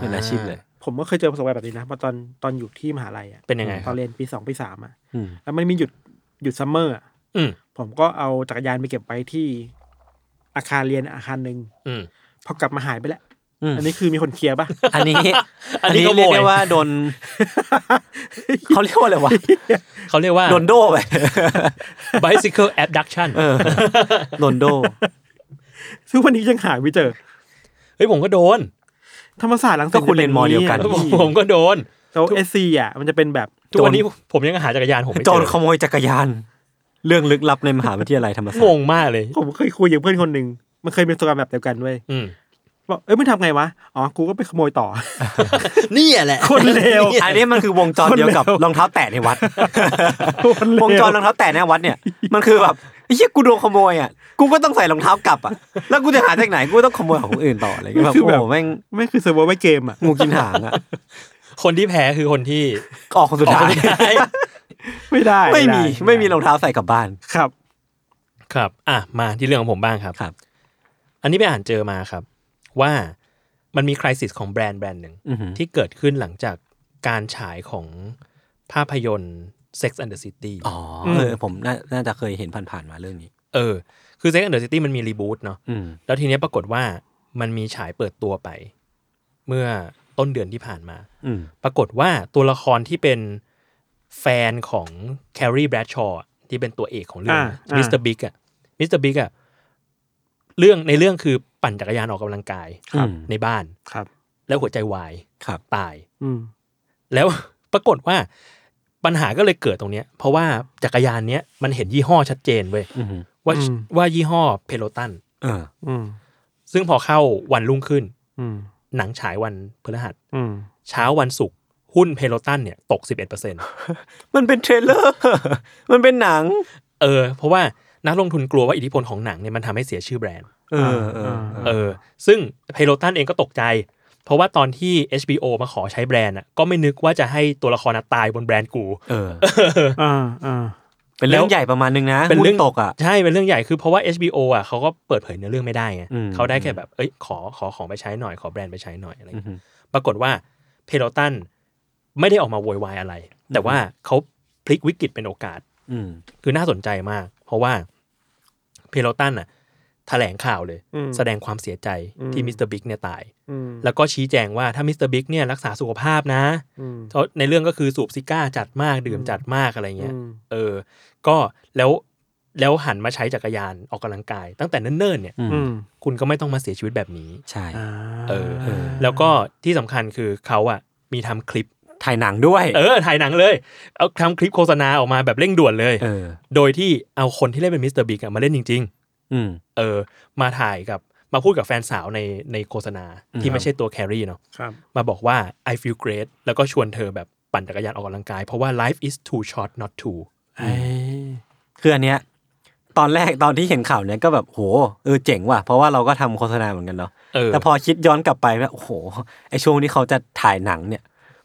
[SPEAKER 2] เป็นอาชีพเลย
[SPEAKER 3] ผมก็เคยเจอประสบการณ์แบบนี้นะมาตอนตอนอยู่ที่มหาลัยอ่ะ
[SPEAKER 1] เป็นยังไง
[SPEAKER 3] ต
[SPEAKER 1] ค
[SPEAKER 3] อ
[SPEAKER 1] รับ
[SPEAKER 3] นเรียนปีสองปีสามอ่ะ
[SPEAKER 2] อืม
[SPEAKER 3] แล้วมันมีหยุดหยุดซัมเมอร์อะ
[SPEAKER 1] อืม
[SPEAKER 3] ผมก็เอาจักรยานไปเก็บไว้ที่อาคารเรียนอาคารหนึ่ง
[SPEAKER 1] อืม
[SPEAKER 3] พอกลับมาหายไปแล้ว
[SPEAKER 2] อืม
[SPEAKER 3] อันนี้คือมีคนเคลียร์ป่ะ <laughs>
[SPEAKER 2] อันนี้
[SPEAKER 1] อั
[SPEAKER 2] อั
[SPEAKER 1] น
[SPEAKER 2] น
[SPEAKER 1] นี้
[SPEAKER 2] นี้
[SPEAKER 1] ขโมย
[SPEAKER 2] เรียกได้ว่าโดน <laughs> เขาเรียกว่าอะไรวะ
[SPEAKER 1] เขาเรียกว่า
[SPEAKER 2] โดนโดไป
[SPEAKER 1] bicycle abduction
[SPEAKER 2] เออโดนโด
[SPEAKER 3] ซึ่งวันนี้ยังหาไม่เจอ
[SPEAKER 1] เฮ้ยผมก็โดน
[SPEAKER 3] ธรรมศาสตร์หลังสิต
[SPEAKER 2] ก็คุณเรียนมอเดียวกัน
[SPEAKER 3] ป็าง
[SPEAKER 1] ผมก็โดน
[SPEAKER 3] แต่เอสซีอ่ะมันจะเป็นแบบ
[SPEAKER 1] ทุกวันนี้ผมยังหาจักรยานผมไม่
[SPEAKER 2] โจ
[SPEAKER 1] เจ
[SPEAKER 2] ร
[SPEAKER 1] อ
[SPEAKER 2] ขโมยจักรยาน เรื่องลึกลับในมหาวิทยาลัยธรรมศาสต
[SPEAKER 1] ง
[SPEAKER 2] ร์
[SPEAKER 1] งมากเลย
[SPEAKER 3] ผมเคยคุยกับเพื่อนคนหนึ่งมันเคยเป็นประสบการณ์แบบเดียวกันเว้ย
[SPEAKER 1] อืม
[SPEAKER 3] บอกเอ้ยมึงทำไงวะอ๋อกูก็ไปขโมยต่อ <laughs>
[SPEAKER 1] นี่แหละ
[SPEAKER 3] คนเลว
[SPEAKER 2] อันนี้มันคือวงจรเดียวกับรองเท้าแตะในวัด วงจรรองเท้าแตะในวัดเนี่ย มันคือแบบไอ้เหี้ยกูโดนขโมยอ่ะกูก็ต้องใส่รองเท้ากลับอ่ะแล้วกูจะหาจากไหนกูก็ต้องขโมยของคนอื่นต่ออะไรเงี้ยแบบ
[SPEAKER 3] คือ
[SPEAKER 2] โอ้
[SPEAKER 3] แบบ
[SPEAKER 2] โหแม่ง
[SPEAKER 3] ไม่คือเซิร์ฟเวอร์ไว้เกมอ่ะ
[SPEAKER 2] งูกินหางอ่ะ
[SPEAKER 1] คนที่แพ้คือคนที่
[SPEAKER 2] ออกคนสุด
[SPEAKER 1] ออก
[SPEAKER 2] ท้าย
[SPEAKER 1] ไม่ได้
[SPEAKER 3] ไม่
[SPEAKER 2] ไม่
[SPEAKER 3] ได้
[SPEAKER 2] มี
[SPEAKER 3] ด้
[SPEAKER 2] ไม่มีรองเท้าใส่กลับบ้าน
[SPEAKER 3] ครับ
[SPEAKER 1] ครับ อ่ะ มาที่เรื่องของผมบ้างครับ
[SPEAKER 2] ครับ
[SPEAKER 1] อันนี้ไปอ่านเจอมาครับ ว่ามันมีคริสิสของแบรนด์แบรนด์หนึ่ง
[SPEAKER 2] อือหือ
[SPEAKER 1] ที่เกิดขึ้นหลังจากการฉายของภาพยนตร์ Sex and the City
[SPEAKER 2] อ๋อเออผมน่าน่าจะเคยเห็นผ่านๆมาเรื่องนี้
[SPEAKER 1] เออ คือ Sex and the City มันมีรีบูตเนาะ
[SPEAKER 2] อืม
[SPEAKER 1] แล้วทีเนี้ยปรากฏว่ามันมีฉายเปิดตัวไป เมื่อต้นเดือนที่ผ่านมา
[SPEAKER 2] อืม
[SPEAKER 1] ปรากฏว่าตัวละครที่เป็นแฟนของแครีแบรดชอว์ที่เป็นตัวเอกของเรื่อง
[SPEAKER 3] อ่าอ่า
[SPEAKER 1] มิสเตอร์บิ๊กอะมิสเตอร์บิ๊กอะเรื่องในเรื่องคือปั่นจักรยานออกกำลังกาย
[SPEAKER 2] ครับ
[SPEAKER 1] ในบ้าน
[SPEAKER 3] ครับ
[SPEAKER 1] แล้วหัวใจวาย
[SPEAKER 2] ครับ
[SPEAKER 1] ตาย
[SPEAKER 3] อืม
[SPEAKER 1] แล้ว <laughs> ปรากฏว่าปัญหาก็เลยเกิดตรงเนี้ย เพราะว่าจักรยานเนี้ยมันเห็นยี่ห้อชัดเจนเว้ย
[SPEAKER 2] อือหือ
[SPEAKER 1] ว่า
[SPEAKER 3] อืม
[SPEAKER 1] ว่ายี่ห้อเพโลตัน
[SPEAKER 2] เออ
[SPEAKER 3] อืม
[SPEAKER 1] ซึ่งพอเข้าวันรุ่งขึ้น
[SPEAKER 3] อืม
[SPEAKER 1] หนังฉายวันพฤหัส
[SPEAKER 3] อืม
[SPEAKER 1] เช้าวันศุกร์หุ้นเพโลตันเนี่ยตก 11%เ
[SPEAKER 2] มันเป็นเทรลเลอร์ <laughs> มันเป็นหนัง
[SPEAKER 1] ออ เพราะว่านักลงทุนกลัวว่าอิทธิพลของหนังเนี่ยมันทำให้เสียชื่อแบรนด์
[SPEAKER 2] เออเออ
[SPEAKER 1] เออ ซึ่งเพโลตันเองก็ตกใจ เพราะว่าตอนที่ HBO มาขอใช้แบรนด์อะก็ไม่นึกว่าจะให้ตัวละครอะตายบนแบรนด์กู
[SPEAKER 2] เออ
[SPEAKER 3] อ่าอ่า
[SPEAKER 2] เป็นเรื่องใหญ่ประมาณนึงนะ
[SPEAKER 1] เป็นเรื่อง
[SPEAKER 2] หุ้ตกอ่ะ
[SPEAKER 1] ใช่เป็นเรื่องใหญ่คือเพราะว่า HBO อ่ะเขาก็เปิดเผยเนื้อเรื่องไม่ได้ไง
[SPEAKER 2] อืม
[SPEAKER 1] เขาได้แค่แบบเอ้ยขอขอของไปใช้หน่อยขอแบรนด์ไปใช้หน่อยอะไรอย่างเงี้ย
[SPEAKER 2] อือฮึ
[SPEAKER 1] ปรากฏว่าเพโลตันไม่ได้ออกมาโวยวายอะไร แต่ว่าเขาพลิกวิกฤตเป็นโอกาส
[SPEAKER 2] อืม
[SPEAKER 1] คือน่าสนใจมาก เพราะว่าเพโลตันอ่ะแถลงข่าวเลย แสดงความเสียใจที่มิสเตอร์บิ๊กเนี่ยตาย
[SPEAKER 3] อืม
[SPEAKER 1] แล้วก็ชี้แจงว่าถ้ามิสเตอร์บิ๊กเนี่ยรักษาสุขภาพนะ
[SPEAKER 3] อืม
[SPEAKER 1] เพราะในเรื่องก็คือสูบซิก้าจัดมากดื่มจัดมากอะไรเงี้ย
[SPEAKER 3] อืม
[SPEAKER 1] เออ ก็แล้วแล้วหันมาใช้จักรยานออกกำลังกาย ตั้งแต่เนิ่นๆเนี่ย
[SPEAKER 2] อืม
[SPEAKER 3] อืม
[SPEAKER 1] คุณก็ไม่ต้องมาเสียชีวิตแบบนี้
[SPEAKER 2] ใช่
[SPEAKER 3] อ่า
[SPEAKER 1] เออ แล้วก็ที่สำคัญคือเขาอะมีทำคลิป
[SPEAKER 2] ถ่ายหนังด้วย
[SPEAKER 1] เออ ถ่ายหนังเลย เอาทำคลิปโฆษณาออกมาแบบเร่งด่วนเลย
[SPEAKER 2] เออ
[SPEAKER 1] โดยที่เอาคนที่เล่นเป็นมิสเตอร์บิ๊กอะมาเล่นจริง
[SPEAKER 2] อืม
[SPEAKER 1] ๆ เออ มาถ่ายกับมาพูดกับแฟนสาวในในโฆษณาที่ไม่ใช่ตัวแครี่เนาะ
[SPEAKER 3] ครับ
[SPEAKER 1] มาบอกว่า I feel great แล้วก็ชวนเธอแบบปั่นจักรยานออกกำลังกาย เพราะว่า life is too short not to
[SPEAKER 3] ไอ้
[SPEAKER 2] คืออันเนี้ย ตอนแรกตอนที่เห็นข่าวเนี้ยก็แบบโหเออเจ๋งว่ะ เพราะว่าเราก็ทำโฆษณาเหมือนกันเนาะ
[SPEAKER 1] เออ
[SPEAKER 2] แต่พอคิดย้อนกลับไปว่าโอ้โหไอช่วงที่เขาจะถ่ายหนังเนี่ย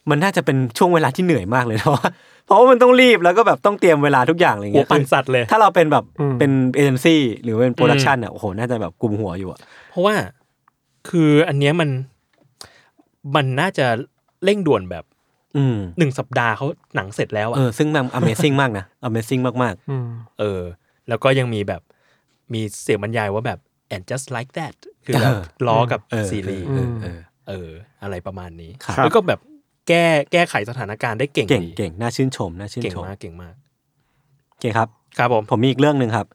[SPEAKER 2] มันน่าจะเป็นช่วงเวลาที่เหนื่อยมากเลยเนาะ <laughs> เพราะว่ามันต้องรีบแล้วก็แบบต้องเตรียมเวลาทุกอย่างอะไร
[SPEAKER 1] หัว
[SPEAKER 2] เงี้ย
[SPEAKER 1] ปั่นสัตว์เลย
[SPEAKER 2] <laughs> ถ้าเราเป็นแบบเป็นเอเจนซี่หรือเป็นโปรดักชันเนี่ยโอ้โหน่าจะแบบกลุมหัวอยู่อะ
[SPEAKER 1] เพราะว่าคืออันเนี้ยมันมันน่าจะเร่งด่วนแบบ
[SPEAKER 2] อืม
[SPEAKER 1] หนึ่งสัปดาห์เขาหนังเสร็จแล้ว
[SPEAKER 2] เออ
[SPEAKER 1] อะ
[SPEAKER 2] ซึ่งมัน Amazing มากนะ Amazing มาก
[SPEAKER 3] อืม
[SPEAKER 1] เออ แล้วก็ยังมีแบบมีเสียงบรรยายว่าแบบ and just like that คือแบบ
[SPEAKER 2] เออ
[SPEAKER 1] ล้อกับ
[SPEAKER 2] ๆเออ
[SPEAKER 1] ซีรีส์
[SPEAKER 2] เออเออ
[SPEAKER 1] เออ อะไรประมาณนี้
[SPEAKER 2] ครับ
[SPEAKER 1] แล้วก็แบบแก้แก้ไขสถานการณ์ได้เก่ง
[SPEAKER 2] เก่ง
[SPEAKER 1] ดี
[SPEAKER 2] เก่งน่าชื่นชมน่าชื่น
[SPEAKER 1] เก่ง
[SPEAKER 2] ชม
[SPEAKER 1] มากเก่งมาก
[SPEAKER 2] โอเคครับ
[SPEAKER 1] ครับผม
[SPEAKER 2] ผมมีอีกเรื่องหนึ่งครับ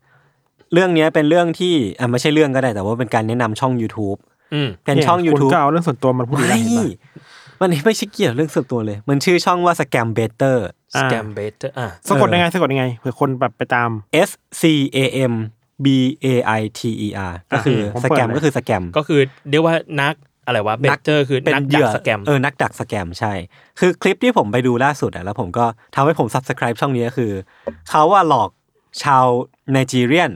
[SPEAKER 2] เรื่องเนี้ยเป็นเรื่องที่อ่ะไม่ใช่เรื่องก็ได้ แต่ว่าเป็นการแนะนำช่อง YouTube
[SPEAKER 1] อืม
[SPEAKER 2] เป็นช่อง
[SPEAKER 3] ยคุณ
[SPEAKER 2] YouTube
[SPEAKER 3] ก็เอาเรื่องส่วนตัวมาพูดอีกแล้ว
[SPEAKER 2] ไม่
[SPEAKER 3] เห็นปะ
[SPEAKER 2] มันไม่ใช่เกี่ยวเรื่องส่วนตัวเลย มันชื่อช่องว่า Scam Better
[SPEAKER 3] อ่า
[SPEAKER 1] สแกมเบตอ่ะ
[SPEAKER 3] สะกดยังไงสะกดยังไงเผื่อคนแบบไปตาม
[SPEAKER 2] S C A M B A I T E R ก็คืออ
[SPEAKER 3] ผม
[SPEAKER 2] ส
[SPEAKER 3] เปิด
[SPEAKER 2] แกม
[SPEAKER 3] เลย
[SPEAKER 2] ก็คือสแกม
[SPEAKER 1] ก็คือเรียกว่านักอะไรวะเบ
[SPEAKER 2] นัก
[SPEAKER 1] เจอร์คือ
[SPEAKER 2] เป็น
[SPEAKER 1] นัก
[SPEAKER 2] เห
[SPEAKER 1] ดั
[SPEAKER 2] ยื่
[SPEAKER 1] ก
[SPEAKER 2] อ
[SPEAKER 1] สแกม
[SPEAKER 2] เออนักดักสแกมใช่ คือคลิปที่ผมไปดูล่าสุดอะแล้วผมก็ทำให้ผม subscribe ช่องนี้ก็คือ เขาว่าหลอกชาวไนจีเรียน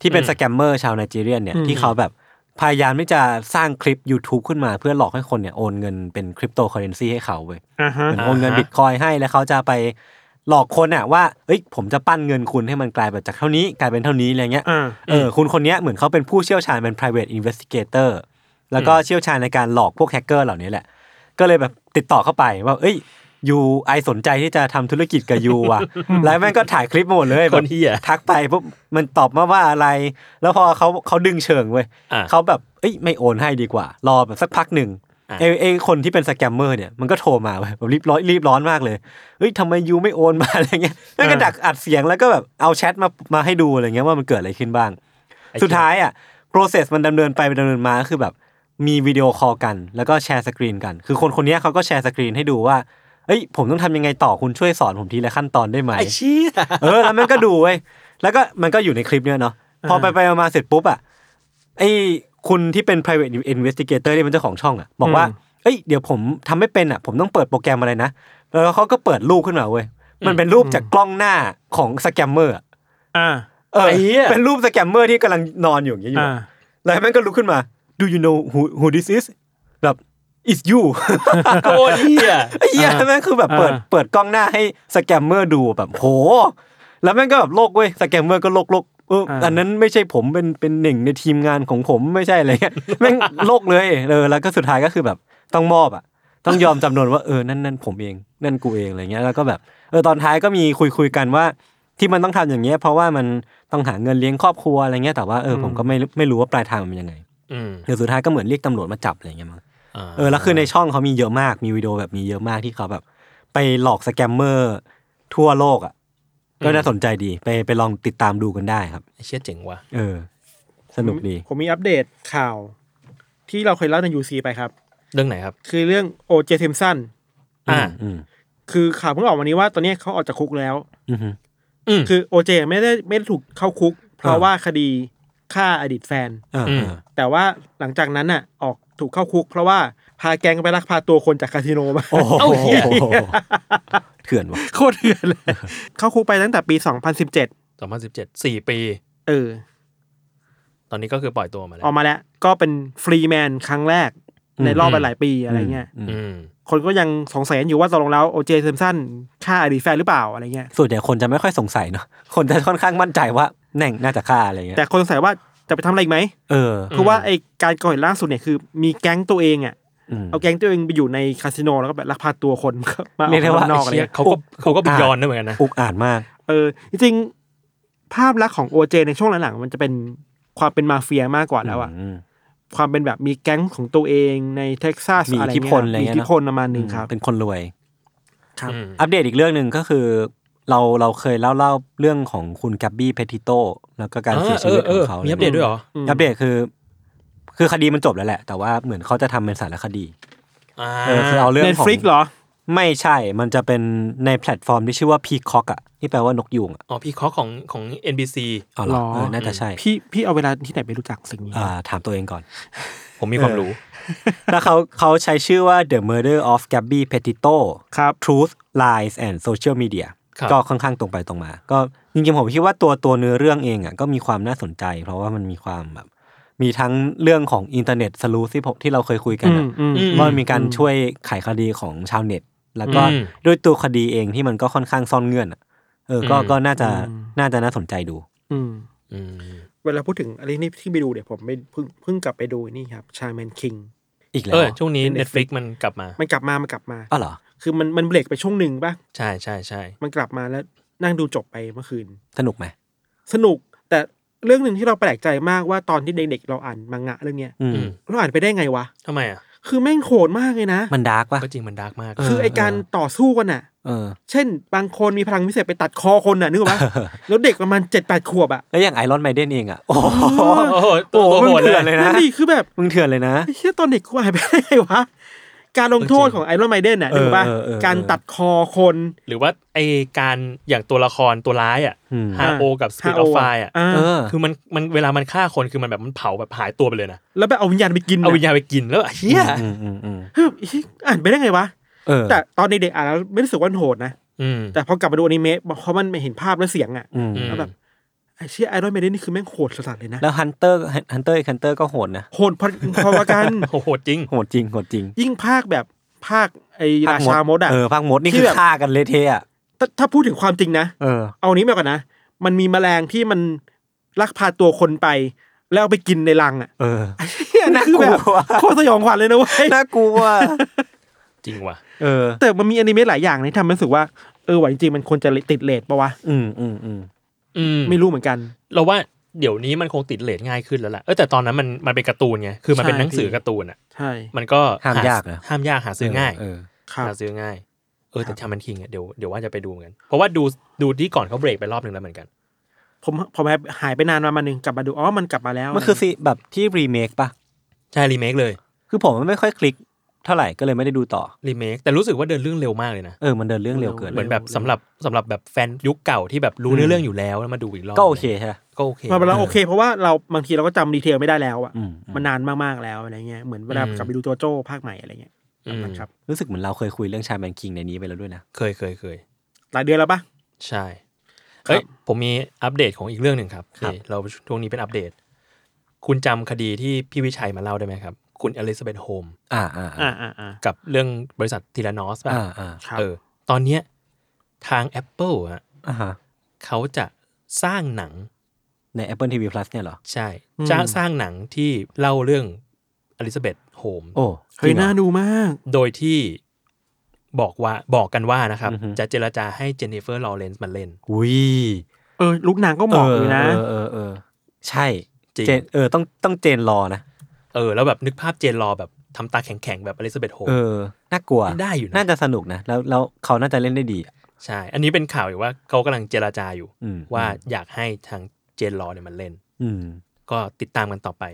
[SPEAKER 2] ที่เป็นสแกมเมอร์ชาวไนจีเรียนเนี่ยที่เขาแบบพยายามที่จะสร้างคลิป YouTube ขึ้นมาเพื่อหลอกให้คนเนี่ยโอนเงินเป็นคริปโตเคอเรนซีให้เขาเว้ย
[SPEAKER 3] อ่าฮะ
[SPEAKER 2] เหมือนโอนเงินบิตคอยน์ให้แล้วเขาจะไปหลอกคนอะว่าเอ้ยผมจะปั้นเงินคุณให้มันกลายแบบจากเท่านี้กลายเป็นเท่านี้อะไรเงี้ย
[SPEAKER 3] อ่า
[SPEAKER 2] เออคุณคนเนี้ยเหมือนเขาเป็นผู้เชี่ยวชาญเป็น private investigator แล้วก็เชี่ยวชาญในการหลอกพวกแฮกเกอร์เหล่านี้แหละ ก็เลยแบบติดต่อเข้าไปว่า เอ้ยยูไอสนใจที่จะทำธุรกิจกับยูว่ะ แล้วแม่งก็ถ่ายคลิปมาหมดเลย
[SPEAKER 1] ค
[SPEAKER 2] แบ
[SPEAKER 1] น
[SPEAKER 2] บ
[SPEAKER 1] เฮีย
[SPEAKER 2] ทักไปปุ๊บมันตอบมาว่าอะไร แล้วพอเขาเขาดึงเชิงเว้ย
[SPEAKER 1] อ่ะ
[SPEAKER 2] เขาแบบเอ้ยไม่โอนให้ดีกว่า รอแบบสักพักหนึ่ง
[SPEAKER 1] อ่ะ
[SPEAKER 2] ไอ้ไอ้คนที่เป็นสแกมเมอร์เนี่ยมันก็โทรมาเว้ยแบบรีบร้อนรีบร้อนมากเลยเอ้ยทำไมยูไม่โอนมา <laughs> อะไรเงี้ยแม่งก็ดักอัดเสียงแล้วก็แบบเอาแชทมามาให้ดูอะไรเงี้ยว่ามันเกิดอะไรขึ้นบ้าง สุดท้ายอ่ะ process มันดำเนินไปดำเนินมาก็คือแบบมีวิดีโอคอลกัน แล้วก็แชร์สกรีนกัน คือคนคนเนี้ยเขาก็แชร์สกรีนให้ดูว่าเอ้ยผมต้องทำยังไงต่อคุณช่วยสอนผมทีละขั้นตอนได้ไหม
[SPEAKER 1] ไอ้เชี้
[SPEAKER 2] เออแล้วมันก็ดูเว้ยแล้วก็มันก็อยู่ในคลิปเนี่ยเนาะพอไปไปมาๆเสร็จปุ๊บอ่ะไอ้คุณที่เป็น private investigator ที่เป็นเจ้าของช่องอ่ะบอกว่า เอ้ยเดี๋ยวผมทำไม่เป็นอ่ะ ผมต้องเปิดโปรแกรมอะไรนะ แล้วเขาก็เปิดรูปขึ้นมาเว้ยมันเป็นรูปจากกล้องหน้าของสแกมเมอร์อะ
[SPEAKER 3] อ่า
[SPEAKER 2] เออ
[SPEAKER 1] ไอ้เหี้ย
[SPEAKER 2] เป็นรูปสแกมเมอร์ที่กำลังนอนอยู่อย่างเงี้ยอยู่
[SPEAKER 3] อ่า
[SPEAKER 2] อะแล้วมันก็ลุกขึ้นมา do you know who who this is แบบ it's you
[SPEAKER 1] โคตรเฮีย
[SPEAKER 2] ไอ้เหี้ย
[SPEAKER 3] อ่า
[SPEAKER 2] แม่งคือแบบเปิด
[SPEAKER 3] อ่า
[SPEAKER 2] เปิดกล้องหน้าให้สแกมเมอร์ดูแบบโห แล้วแม่งก็แบบโลกเว้ยสแกมเมอร์ก็โลกโลกเอออันนั้นไม่ใช่ผมเป็นเป็นหนึ่งในทีมงานของผมไม่ใช่อะไรเงี้ย <laughs> แม่งโลกเลยเออแล้วก็สุดท้ายก็คือแบบต้องมอบอ่ะ ต้องยอมจำนวนว่าเออนั่นนั่นผมเองนั่นกูเองอะไรเงี้ยแล้วก็แบบเออตอนท้ายก็มีคุยคุยกันว่า ที่มันต้องทำอย่างเงี้ยเพราะว่ามันต้องหาเงินเลี้ยงครอบครัวอะไรเงี้ยแต่ว่าเออผมก็ไม่รู้ไม่รู้ว่าปลายทางมันเป็นยังไง
[SPEAKER 1] อืม
[SPEAKER 2] เดี๋ยวสุดท้ายก็เหมือนเรียกตำรวจมาจับอะไรเงี้ยมั้ง
[SPEAKER 1] า
[SPEAKER 2] เออแล้วคือในช่องเขามีเยอะมากมีวิดีโอแบบนี้เยอะมากที่เขาแบบ ไปหลอกสแกมเมอร์ทั่วโลกอ่ะก็น่าสนใจดีไปไปลองติดตามดูกันได้ครับ
[SPEAKER 1] ไอ้เชี่ยเจ๋งว่ะ
[SPEAKER 2] เออ สนุกดี
[SPEAKER 3] ผมมีอัปเดตข่าว ที่เราเคยเล่าในยูซีไปครับ
[SPEAKER 1] เรื่องไหนครับ
[SPEAKER 3] คือเรื่องโอเจซิมสัน
[SPEAKER 1] อ่า
[SPEAKER 2] อืม
[SPEAKER 3] คือข่ <coughs> าวเพิ่งออกวันนี้ว่าตอนนี้เขาออกจากคุกแล้ว
[SPEAKER 2] อืมอืม
[SPEAKER 1] อืม
[SPEAKER 3] คือโอเจไม่ได้ไม่ได้ถูกเข้าคุก เพราะว่าคดีฆ่าอดีตแฟน
[SPEAKER 2] อ่า
[SPEAKER 1] อืม
[SPEAKER 2] อ่า
[SPEAKER 3] แต่ว่าหลังจากนั้นน่ะออกถูกเข้าคุก เพราะว่าพาแก๊งไปลักพาตัวคนจากคาสิโนมา
[SPEAKER 2] โอ้โห
[SPEAKER 3] เอ้า <laughs> เหี้ย
[SPEAKER 2] เถื่อนว่ะ
[SPEAKER 3] โคตรเถื่อนเลย เข้าคุกไปตั้งแต่ปี 2017
[SPEAKER 1] สองพันสิบเจ็ดสี่ปี
[SPEAKER 3] เออ
[SPEAKER 1] ตอนนี้ก็คือปล่อยตัวมาแล้ว
[SPEAKER 3] ออกมาแล้ว ก็เป็นฟรีแมนครั้งแรกในรอบหลายๆปีอะไรเงี้ย
[SPEAKER 1] อืม
[SPEAKER 3] คนก็ยังสงสัยกันอยู่ว่าตกลงแล้วโอเจซิมสันฆ่าอดีตแฟนหรือเปล่าอะไรเงี้ย
[SPEAKER 2] ส่วนใหญ่คนจะไม่ค่อยสงสัยเนาะ คนจะค่อนข้างมั่นใจว่าแน่งน่าจะฆ่าอะไรเงี้ย
[SPEAKER 3] แต่คนสงสัยว่าจะไปทำอะไรอีกไหม
[SPEAKER 2] เออ
[SPEAKER 3] เพราะว่าไอการก่อเหตุล่าสุดเนี่ยคือมีแก๊งตัวเองอ่ะ
[SPEAKER 2] อืม
[SPEAKER 3] เอาแก๊งตัวเองไปอยู่ในคาสิโนแล้วก็แบบลักพาตัวคน มา
[SPEAKER 2] เรียกได้ว่า
[SPEAKER 3] ออกมข้งนอกอะไร
[SPEAKER 1] เชี่ย
[SPEAKER 3] เงี้ย
[SPEAKER 1] เขาก็เขาก็บิยอนด้วยเหมือนกันนะ
[SPEAKER 2] อุกอาจมาก
[SPEAKER 3] เออจริงๆภาพลักษณ์ของโอเจในช่วงหลังๆมันจะเป็นความเป็นมาเฟียมากกว่าแล้วอ่ะ
[SPEAKER 2] อืม
[SPEAKER 3] ความเป็นแบบมีแก๊งของตัวเองในเท็กซัส
[SPEAKER 2] มีอิ
[SPEAKER 3] อะ
[SPEAKER 2] ท
[SPEAKER 3] ไร
[SPEAKER 2] ธิ
[SPEAKER 3] เงี้ย
[SPEAKER 2] พลอะไร
[SPEAKER 3] มี
[SPEAKER 2] เงี้ยเน
[SPEAKER 3] อิทธิพลประมาณหนึ่งครับ
[SPEAKER 2] เป็นคนรวย
[SPEAKER 3] ครับ
[SPEAKER 1] อืม
[SPEAKER 2] อัปเดตอีกเรื่องหนึ่งก็คือ เราเราเคยเล่าเล่าเรื่องของคุณแกบบี้เพทิโตแล้วก็การเสียชีวิตของเขา
[SPEAKER 1] มีอัปเดตด้วยเหรอ
[SPEAKER 3] อืม
[SPEAKER 2] อัปเดตคือ คือคดีมันจบแล้วแหละ แต่ว่าเหมือนเขาจะทำเป็นสารคดี
[SPEAKER 1] อ่า
[SPEAKER 2] เออคือเอาเรื่อง
[SPEAKER 3] เน็ต
[SPEAKER 2] ของ
[SPEAKER 3] ฟลิกเหรอ
[SPEAKER 2] ไม่ใช่ มันจะเป็นในแพลตฟอร์มที่ชื่อว่าพีคอกอ่ะที่แปลว่านกยูงอะ
[SPEAKER 1] อ๋อพี่คอของของ NBC
[SPEAKER 2] อ๋อเหรอ
[SPEAKER 3] หรอ
[SPEAKER 2] เออน่าจะใช่
[SPEAKER 3] พี่พี่เอาเวลาที่ไหนไปรู้จักสิ่งนี้
[SPEAKER 2] อ่าถามตัวเองก่อน
[SPEAKER 1] ผมมีความรู้
[SPEAKER 2] แล้วเขาเขาใช้ชื่อว่า The Murder of Gabby Petito
[SPEAKER 3] ครับ
[SPEAKER 2] Truth Lies and Social Media
[SPEAKER 1] ครับ
[SPEAKER 2] ก็ค่อนข้างตรงไปตรงมา ก็จริงๆผมคิดว่าตัวตัวเนื้อเรื่องเองอ่ะก็มีความน่าสนใจ เพราะว่ามันมีความแบบ มีทั้งเรื่องของอินเทอร์เน็ตสลูที่ผมที่เราเคยคุยกัน
[SPEAKER 3] อื
[SPEAKER 2] อะ
[SPEAKER 3] มอืม
[SPEAKER 1] ม
[SPEAKER 2] ว่ามีการช่วยไขคดีของชาวเน็ต แล้วก็
[SPEAKER 1] อืม
[SPEAKER 2] ด้วยตัวคดีเองที่มันก็ค่อนข้างซ่อนเงื่อนอะเออก็
[SPEAKER 1] อืม
[SPEAKER 2] ก็น่าจะ
[SPEAKER 3] อืม
[SPEAKER 2] น่าจะน่าสนใจดู
[SPEAKER 3] อืม
[SPEAKER 1] อืม
[SPEAKER 3] เวลาพูดถึงอะไรนี่ที่ไปดูเนี่ยผมไม่เพิ่งเพิ่งกลับไปดูนี่ครับชาแมนคิง
[SPEAKER 2] อีกแล้ว
[SPEAKER 1] เอ
[SPEAKER 2] เห
[SPEAKER 1] อ
[SPEAKER 2] รอ
[SPEAKER 1] ช่วงนี้
[SPEAKER 3] เป็น
[SPEAKER 1] Netflix มันกลับมา
[SPEAKER 3] มันกลับมามันกลับมา
[SPEAKER 2] อ๋อเหรอ
[SPEAKER 3] คือมันมันเบรกไปช่วงหนึ่งป่ะ
[SPEAKER 1] ใช่ใช่ใช่
[SPEAKER 3] มันกลับมาแล้วนั่งดูจบไปเมื่อคืน
[SPEAKER 2] สนุกไหม
[SPEAKER 3] สนุกแต่เรื่องหนึ่งที่เราแปลกใจมากว่าตอนที่เด็กๆเราอ่านมังงะเรื่องเนี้ย
[SPEAKER 2] อืม
[SPEAKER 1] อืม
[SPEAKER 3] เราอ่านไปได้ไงวะ
[SPEAKER 1] ทำไมอ่ะ
[SPEAKER 3] คือแม่งโหดมากเลยนะ
[SPEAKER 2] มันดาร์กป่ะ
[SPEAKER 1] ก็จริงมันดาร์กมาก
[SPEAKER 3] คือไอการต่อสู้กันอ่ะ
[SPEAKER 2] เออ
[SPEAKER 3] เช่น บางคนมีพลังพิเศษไปตัดคอคนน่ะนึกออก
[SPEAKER 2] <laughs>
[SPEAKER 3] ปะ แล้วเด็กประมาณเจ็ดแปดขวบอ่ะ
[SPEAKER 2] แล้วอย่างไอรอนไมเดนเองอ่ะโอ้โห
[SPEAKER 1] โอ้โห
[SPEAKER 2] โอ้
[SPEAKER 1] ตัว
[SPEAKER 2] โห
[SPEAKER 1] โหด
[SPEAKER 2] มันเถื่
[SPEAKER 1] เล
[SPEAKER 2] อนเลย ยนะ
[SPEAKER 3] นั่นดิคือแบบ
[SPEAKER 2] มึงเถื่อนเลยนะ
[SPEAKER 3] ไอ้เชี่ยตอนเด็กกูอ่านไปได้ไงวะการลงโทษของไอรอนไมเดนน่ะนึกออกปะ
[SPEAKER 2] เออเออเออ
[SPEAKER 3] การตัดคอคน
[SPEAKER 1] หรือว่าไอการอย่างตัวละครตัวร้ายอ่ะ
[SPEAKER 2] อืม
[SPEAKER 1] ฮาโอกับสปิ
[SPEAKER 3] Hao
[SPEAKER 1] ดออฟไฟอ่ะ
[SPEAKER 3] อ่า
[SPEAKER 2] เออ
[SPEAKER 1] คือมันมันเวลามันฆ่าคนคือมันแบบมันเผาแบบหายตัวไปเลยนะ
[SPEAKER 3] แล้วไปเอาวิญญาณไปกินน่ะ
[SPEAKER 1] เอาวิญญาณไปกินแล้วเฮีย
[SPEAKER 2] อืมอืมอืม
[SPEAKER 3] เฮ้ยไอ้เหี้ยอ่านไปได้ไงวะ
[SPEAKER 2] เออ
[SPEAKER 3] แต่ตอนเด็กๆอ่านแล้วไม่รู้สึกว่ามันโหดนะ
[SPEAKER 1] อืม
[SPEAKER 3] แต่พอกลับมาดูอนิเมะเพราะมันเห็นภาพและเสียงอ่ะ
[SPEAKER 2] อืม
[SPEAKER 1] อืม
[SPEAKER 3] แล้วแบบ ไอ้เชี่ยไอรอนแมนนี่คือแม่งโหดสัสๆเลยนะ
[SPEAKER 2] แล้วฮันเตอร์ฮันเตอร์ฮันเตอร์ก็โหดนะ
[SPEAKER 3] โหดพอพอๆกัน <laughs>
[SPEAKER 1] โอ้โหจริง
[SPEAKER 2] โหดจริงโหดจริง
[SPEAKER 3] ยิ่งภาคแบบภาคไอราชามดอ่ะ
[SPEAKER 2] เออภาคมดนี่คื
[SPEAKER 3] ที่
[SPEAKER 2] อ
[SPEAKER 3] แบบ
[SPEAKER 2] ฆ่ากันเละเทะอะ
[SPEAKER 3] ถ้าถ้าพูดถึงความจริงนะ
[SPEAKER 2] เออ
[SPEAKER 3] เอานี้มาก่อนนะ มันมีแมลงที่มันลักพาตัวคนไป แล้วเอาไปกินในรังอ่ะ
[SPEAKER 2] <laughs> เออ
[SPEAKER 3] ไอ้เชี่ยนั่นคือแบบ
[SPEAKER 2] น่ากลัว
[SPEAKER 3] โคตรสยองขวัญเลยนะเว้ย
[SPEAKER 2] น่ากลัว
[SPEAKER 1] จริงว่ะ
[SPEAKER 2] เออ
[SPEAKER 3] แต่มันมีอนิเมะหลายอย่างที่ทำให้รู้สึกว่าเออว่ะจริงๆมันควรจะติดเลทปะวะ
[SPEAKER 2] อืมอืมอืม
[SPEAKER 1] อืม
[SPEAKER 3] ไม่รู้เหมือนกัน
[SPEAKER 1] เราว่าเดี๋ยวนี้มันคงติดเลทง่ายขึ้นแล้วแหละเออแต่ตอนนั้นมันมันเป็นการ์ตูนไงคือมันเป็น
[SPEAKER 3] ใช่
[SPEAKER 1] หนังสือการ์ตูนอ่ะ
[SPEAKER 3] ใช่
[SPEAKER 1] มันก็
[SPEAKER 2] ห้ามยากนะ
[SPEAKER 1] ห้ามยากหาซื้อง่าย
[SPEAKER 2] เออ
[SPEAKER 3] ครับ
[SPEAKER 1] หาซื้อง่ายเออ
[SPEAKER 3] ค
[SPEAKER 1] แต่
[SPEAKER 3] รับ
[SPEAKER 1] ชามันคิงอ่ะเดี๋ยวเดี๋ยวว่าจะไปดูเหมือนกัน เพราะว่าดูดูที่ก่อนเขาเบรกไปรอบหนึ่งแล้วเหมือนกัน
[SPEAKER 3] ผมผมหายไปนานมามันหนึ่งกลับมาดูอ๋อมันกลับมาแล้ว
[SPEAKER 2] มันคือสิแบบที่รีเมคปะ
[SPEAKER 1] ใช่รีเมคเลย
[SPEAKER 2] คือผมมันไม่ค่อยคลิกเท่าไหร่ก็เลยไม่ได้ดูต่อ
[SPEAKER 1] รีเมคแต่รู้สึกว่าเดินเรื่องเร็วมากเลยนะ
[SPEAKER 2] เออมันเดินเรื่องเร็วเกิน
[SPEAKER 1] เหมือนแบบสำหรับสำหรับแบบแฟนยุคเก่าที่แบบรู้เนื้อเรื่องอยู่แล้วแล้วมาดูอีกรอบ
[SPEAKER 2] ก็โอเคใช่ปะ
[SPEAKER 1] ก็โอเค
[SPEAKER 3] มาแล้วโอเค เพราะว่าเราบางทีเราก็จำดีเทลไม่ได้แล้วอ่ะ
[SPEAKER 2] อืม
[SPEAKER 3] มันนานมากๆแล้วอะไรเงี้ยเหมือนเวลา
[SPEAKER 1] อืม
[SPEAKER 3] กลับไปดูโจโจ้ภาคใหม่อะไรเงี้ย
[SPEAKER 1] อืม
[SPEAKER 3] ครับ
[SPEAKER 2] รู้สึกเหมือนเราเคยคุยเรื่องชายแมนคิงในนี้ไปแล้วด้วยนะ
[SPEAKER 1] เคยเคยเคย
[SPEAKER 3] หลายเดือนแล้วปะ
[SPEAKER 1] ใช่เอ้ย
[SPEAKER 3] ครับ
[SPEAKER 1] ผมมีอัปเดตของอีกเรื่องหนึ่งครับนี่เราช่วงนี้เป็นอัปเดต คุณจำคดีที่พี่วิชัยมาเล่าได้ไหมครับ คุณอลิซาเบธโฮม
[SPEAKER 2] อ่าอ่า
[SPEAKER 3] อ่าอ่าอ่า
[SPEAKER 1] กับเรื่องบริษัททีลานอสป่ะ
[SPEAKER 2] อ่าอ่า
[SPEAKER 3] ครับ
[SPEAKER 1] เออ ตอนเนี้ยทาง Apple อ่ะ
[SPEAKER 2] อ่าฮะ
[SPEAKER 1] เขาจะสร้างหนัง
[SPEAKER 2] ใน Apple TV Plus เนี่ยเหรอ
[SPEAKER 1] ใช่จะสร้างหนังที่เล่าเรื่องอลิซาเบธโฮม
[SPEAKER 2] โอ้
[SPEAKER 3] เฮ้ย
[SPEAKER 2] จริงหรอ
[SPEAKER 3] น่าดูมาก
[SPEAKER 1] โดยที่บอกว่าบอกกันว่านะครับ
[SPEAKER 2] อือฮึ
[SPEAKER 1] จะเจรจาให้เจนนิเฟอร์ลอเรนซ์มาเล่น
[SPEAKER 2] อุ้ย
[SPEAKER 3] เออลุกนางก็เหมาะอยู่นะ
[SPEAKER 2] เออเออเออใช่
[SPEAKER 1] จริง
[SPEAKER 2] เจนเออต้องต้องเจนรอนะ
[SPEAKER 1] เออ แล้วแบบนึกภาพเจนรอแบบทำตาแข็งๆ แบบอลิซาเบธโฮม
[SPEAKER 2] เออน่ากลัว
[SPEAKER 1] ได้อยู่นะ
[SPEAKER 2] น่าจะสนุกนะแล้วแล้วเขาน่าจะเล่นได้ดีอ่ะ
[SPEAKER 1] ใช่ อันนี้เป็นข่าวอยู่ว่าเขากำลังเจรจาอยู่
[SPEAKER 2] อืม
[SPEAKER 1] ว่าอยากให้ทางเจนรอเนี่ยมันเล่น
[SPEAKER 2] อืม
[SPEAKER 1] ก็ติดตามกันต่อไป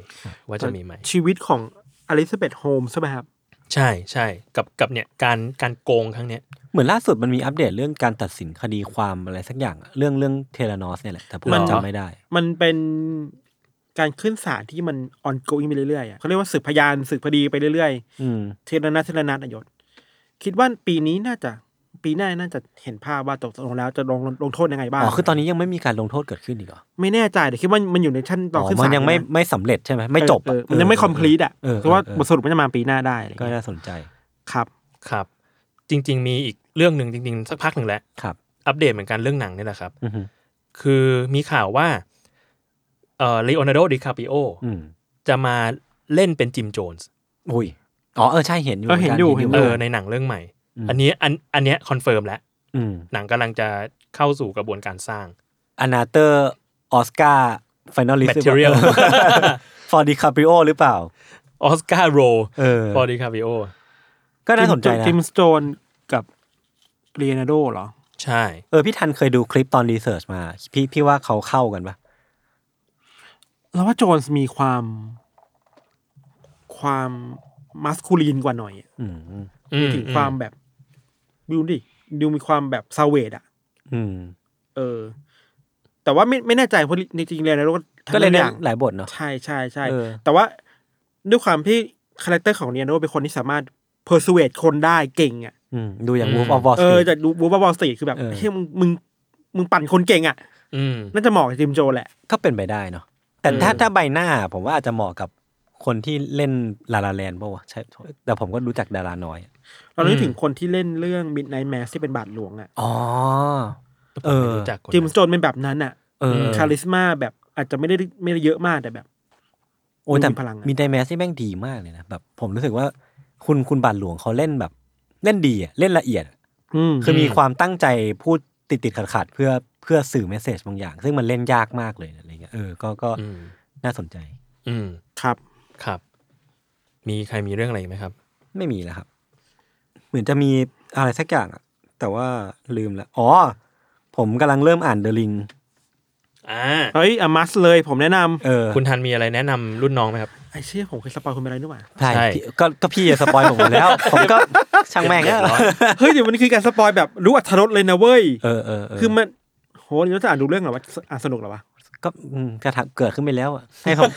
[SPEAKER 1] ว่าจะมีไหม
[SPEAKER 3] ชีวิตของอลิซาเบธโฮมส์ใช่ไหมครับ
[SPEAKER 1] ใช่ใช่กับกับเนี่ยการการโกงครั้งเนี้ย
[SPEAKER 2] เหมือนล่าสุดมันมีอัปเดตเรื่องการตัดสินคดีความอะไรสักอย่างอะเรื่องเรื่องเทเลนอสเนี่ยแหละแต่ผม
[SPEAKER 3] มัน
[SPEAKER 2] จำไม่ได้
[SPEAKER 3] มันเป็นการขึ้นศาลที่มัน ongoing ไปเรื่อยๆอะเขาเรียกว่าสืบพยานสืบคดีไปเรื่อย
[SPEAKER 2] อืม
[SPEAKER 3] ๆเทระนัดเทระนัดนายศคิดว่าปีนี้น่าจะ ปีหน้าน่าจะเห็นภาพว่าตกลงแล้วจะลงลงโทษยังไงบ้าง
[SPEAKER 2] อ๋อ คือตอนนี้ยังไม่มีการลงโทษเกิดขึ้นอีกเหรอ
[SPEAKER 3] ไม่แน่ใจแต่คิดว่ามันอยู่ในชั้นต
[SPEAKER 2] อ๋
[SPEAKER 3] อน
[SPEAKER 2] อ
[SPEAKER 3] ขึ้น
[SPEAKER 2] มั
[SPEAKER 3] ศาล
[SPEAKER 2] นยังไม่
[SPEAKER 3] ะ
[SPEAKER 2] ไม่สำเร็จใช่ไหมไม่จบ
[SPEAKER 3] เอ
[SPEAKER 2] อะ
[SPEAKER 3] อเออมันยังไม่ complete อ่ะ
[SPEAKER 2] เออ
[SPEAKER 3] เพราะว่า
[SPEAKER 2] เออบ
[SPEAKER 3] ทสรุปมันจะมาปีหน้าได้อะไร
[SPEAKER 2] ก็
[SPEAKER 3] เงี้ย
[SPEAKER 2] น่าสนใจ
[SPEAKER 3] ครับ
[SPEAKER 1] ครับ จริง ๆ มีอีกเรื่องหนึ่งจริง ๆ สักพักหนึ่งแล้ว
[SPEAKER 2] ครับ
[SPEAKER 1] อัปเดตเหมือนกันเรื่องหนังนี่แหละครับ
[SPEAKER 2] อือฮึ
[SPEAKER 1] คือมีข่าวว่าเอ่อเลโอนาร์โดดิคาปิโอ
[SPEAKER 2] อืม
[SPEAKER 1] จะมาเล่นเป็นจิมโจนส์
[SPEAKER 2] อุ้ยอ๋อเออใช่เห็นอยู่
[SPEAKER 3] เออเห็นอยู่
[SPEAKER 2] มืกั
[SPEAKER 3] เห็นยู่
[SPEAKER 1] เอ
[SPEAKER 2] มื
[SPEAKER 1] อ
[SPEAKER 2] กั
[SPEAKER 1] ในหนังเรื่องใหม่
[SPEAKER 2] อืม
[SPEAKER 1] อันนี้อันอันเนี้ยคอนเฟิร์มแล้ว
[SPEAKER 2] อืม
[SPEAKER 1] หนังกำลังจะเข้าสู่กระบวนการสร้าง
[SPEAKER 2] อนาเตอร์ออสการ์ฟิแนลลิสต์
[SPEAKER 1] Material
[SPEAKER 2] <laughs> ฟอร์ดิคาปริโอ หรือเปล่า
[SPEAKER 1] ออสการ์โร
[SPEAKER 2] เออ
[SPEAKER 1] ฟอร์ดิคาปิโอ
[SPEAKER 2] ก็น่าสนใจนะ
[SPEAKER 3] จิมสโตนกับเรียนาโดเหรอ
[SPEAKER 1] ใช่
[SPEAKER 2] เออ พี่ทันเคยดูคลิปตอนรีเสิร์ชมา พี่พี่ว่าเขาเข้ากันปะ
[SPEAKER 3] เราว่าโจนส์มีความ ความมัสคูลีนกว่าหน่อยอะ
[SPEAKER 2] อืม
[SPEAKER 1] อื
[SPEAKER 3] ถึงความแบบดูดิดูมีความแบบซาเวดอ่ะ
[SPEAKER 2] อืม
[SPEAKER 3] เออ แต่ว่าไม่ไม่แน่ใจเพราะจริงๆเรียนาโดทำ
[SPEAKER 2] ก็เลย
[SPEAKER 3] ห
[SPEAKER 2] เนี่
[SPEAKER 3] ลาย อย่าง
[SPEAKER 2] หลายบทเนาะ
[SPEAKER 3] ใช่ใช่ใช่
[SPEAKER 2] เออ
[SPEAKER 3] แต่ว่าด้วยความที่คาแรคเตอร์ของเรียนาโดเป็นคนที่สามารถเพอร์ซูเอคนได้เก่งอ่ะ
[SPEAKER 2] อืมดูอย่าง Wolf of Wall
[SPEAKER 3] เออ
[SPEAKER 2] Street
[SPEAKER 3] จะดูบูบาบอลสตีคือแบบ
[SPEAKER 2] เออ
[SPEAKER 3] เฮ้ยมึงมึงมึงปั่นคนเก่งอ่ะ
[SPEAKER 1] อืม
[SPEAKER 3] น่าจะเหมาะกับจิมโจแหละ
[SPEAKER 2] ก็เป็นไปได้เนาะแต่ถ้า
[SPEAKER 1] เออ
[SPEAKER 2] ถ้าใบหน้าผมว่าอาจจะเหมาะกับคนที่เล่นลาลาแลนด์ป่าวะใช่แต่ผมก็รู้จักดาราน้อย
[SPEAKER 3] เรานึก
[SPEAKER 1] อืม
[SPEAKER 3] ถึงคนที่เล่นเรื่อง Midnight Mass ที่เป็นบาทหลวงอ่ะ
[SPEAKER 2] อ๋อ
[SPEAKER 1] ผมไม่รู้จักคน
[SPEAKER 3] จิม
[SPEAKER 1] นั้
[SPEAKER 3] ส
[SPEAKER 1] น
[SPEAKER 3] โตนเป็นแบบนั้นอ่ะ
[SPEAKER 2] เออ
[SPEAKER 3] คาริสมาแบบอาจจะไม่ได้ไม่ได้เยอะมากแต่แบบ
[SPEAKER 2] โอ้ยแต่
[SPEAKER 3] มีพลังอะ
[SPEAKER 2] มีไดแมสที่แม่งดีมากเลยนะแบบผมรู้สึกว่าคุณคุณบาทหลวงเขาเล่นแบบ เล่นดีอะเล่นละเอียดอะ
[SPEAKER 3] อืม
[SPEAKER 2] คือ
[SPEAKER 1] ม
[SPEAKER 2] มีความตั้งใจพูดติดติดขัดขัดๆเพื่อเพื่อสื่อเมสเซจบางอย่าง ซึ่งมันเล่นยากมากเลยอะไรเงี้ยเออก็ก็
[SPEAKER 1] อืม
[SPEAKER 2] น่าสนใจ
[SPEAKER 1] อืม
[SPEAKER 3] ครับ
[SPEAKER 1] ครับ มีใครมีเรื่องอะไรอีกไหมครับ
[SPEAKER 2] ไม่มีแล้วครับ เหมือนจะมีอะไรสักอย่างอะแต่ว่าลืมละอ๋อ ผมกำลังเริ่มอ่านเดลิง
[SPEAKER 1] อ่า
[SPEAKER 3] เฮ้ยอามัสเลยผมแนะนำ
[SPEAKER 2] เออ
[SPEAKER 1] คุณทันมีอะไรแนะนำรุ่นน้องไหมครับ
[SPEAKER 3] ไอ้เชี่ยผมเคยสปอยคุณไปอะไรด้วยว่ะ
[SPEAKER 2] ใช่
[SPEAKER 1] ใช่
[SPEAKER 2] พี่ก็ก็พี่สปอยผมหมดแล้ว ผมก็ช่างแม่ง
[SPEAKER 1] เรีย
[SPEAKER 2] อะ
[SPEAKER 1] บร้อย
[SPEAKER 3] เฮ้ยเดี๋ยวมันคือการสปอยแบบรู้อัธรสเลยนะเว้ย
[SPEAKER 2] เออเออเออ
[SPEAKER 3] คือมัน โหนี่เราจะอ่านดูเรื่องเหรอวะอ่านสนุกเหรอวะ
[SPEAKER 2] ก็อืมกระทำเกิดขึ้นไปแล้วอะให้ผม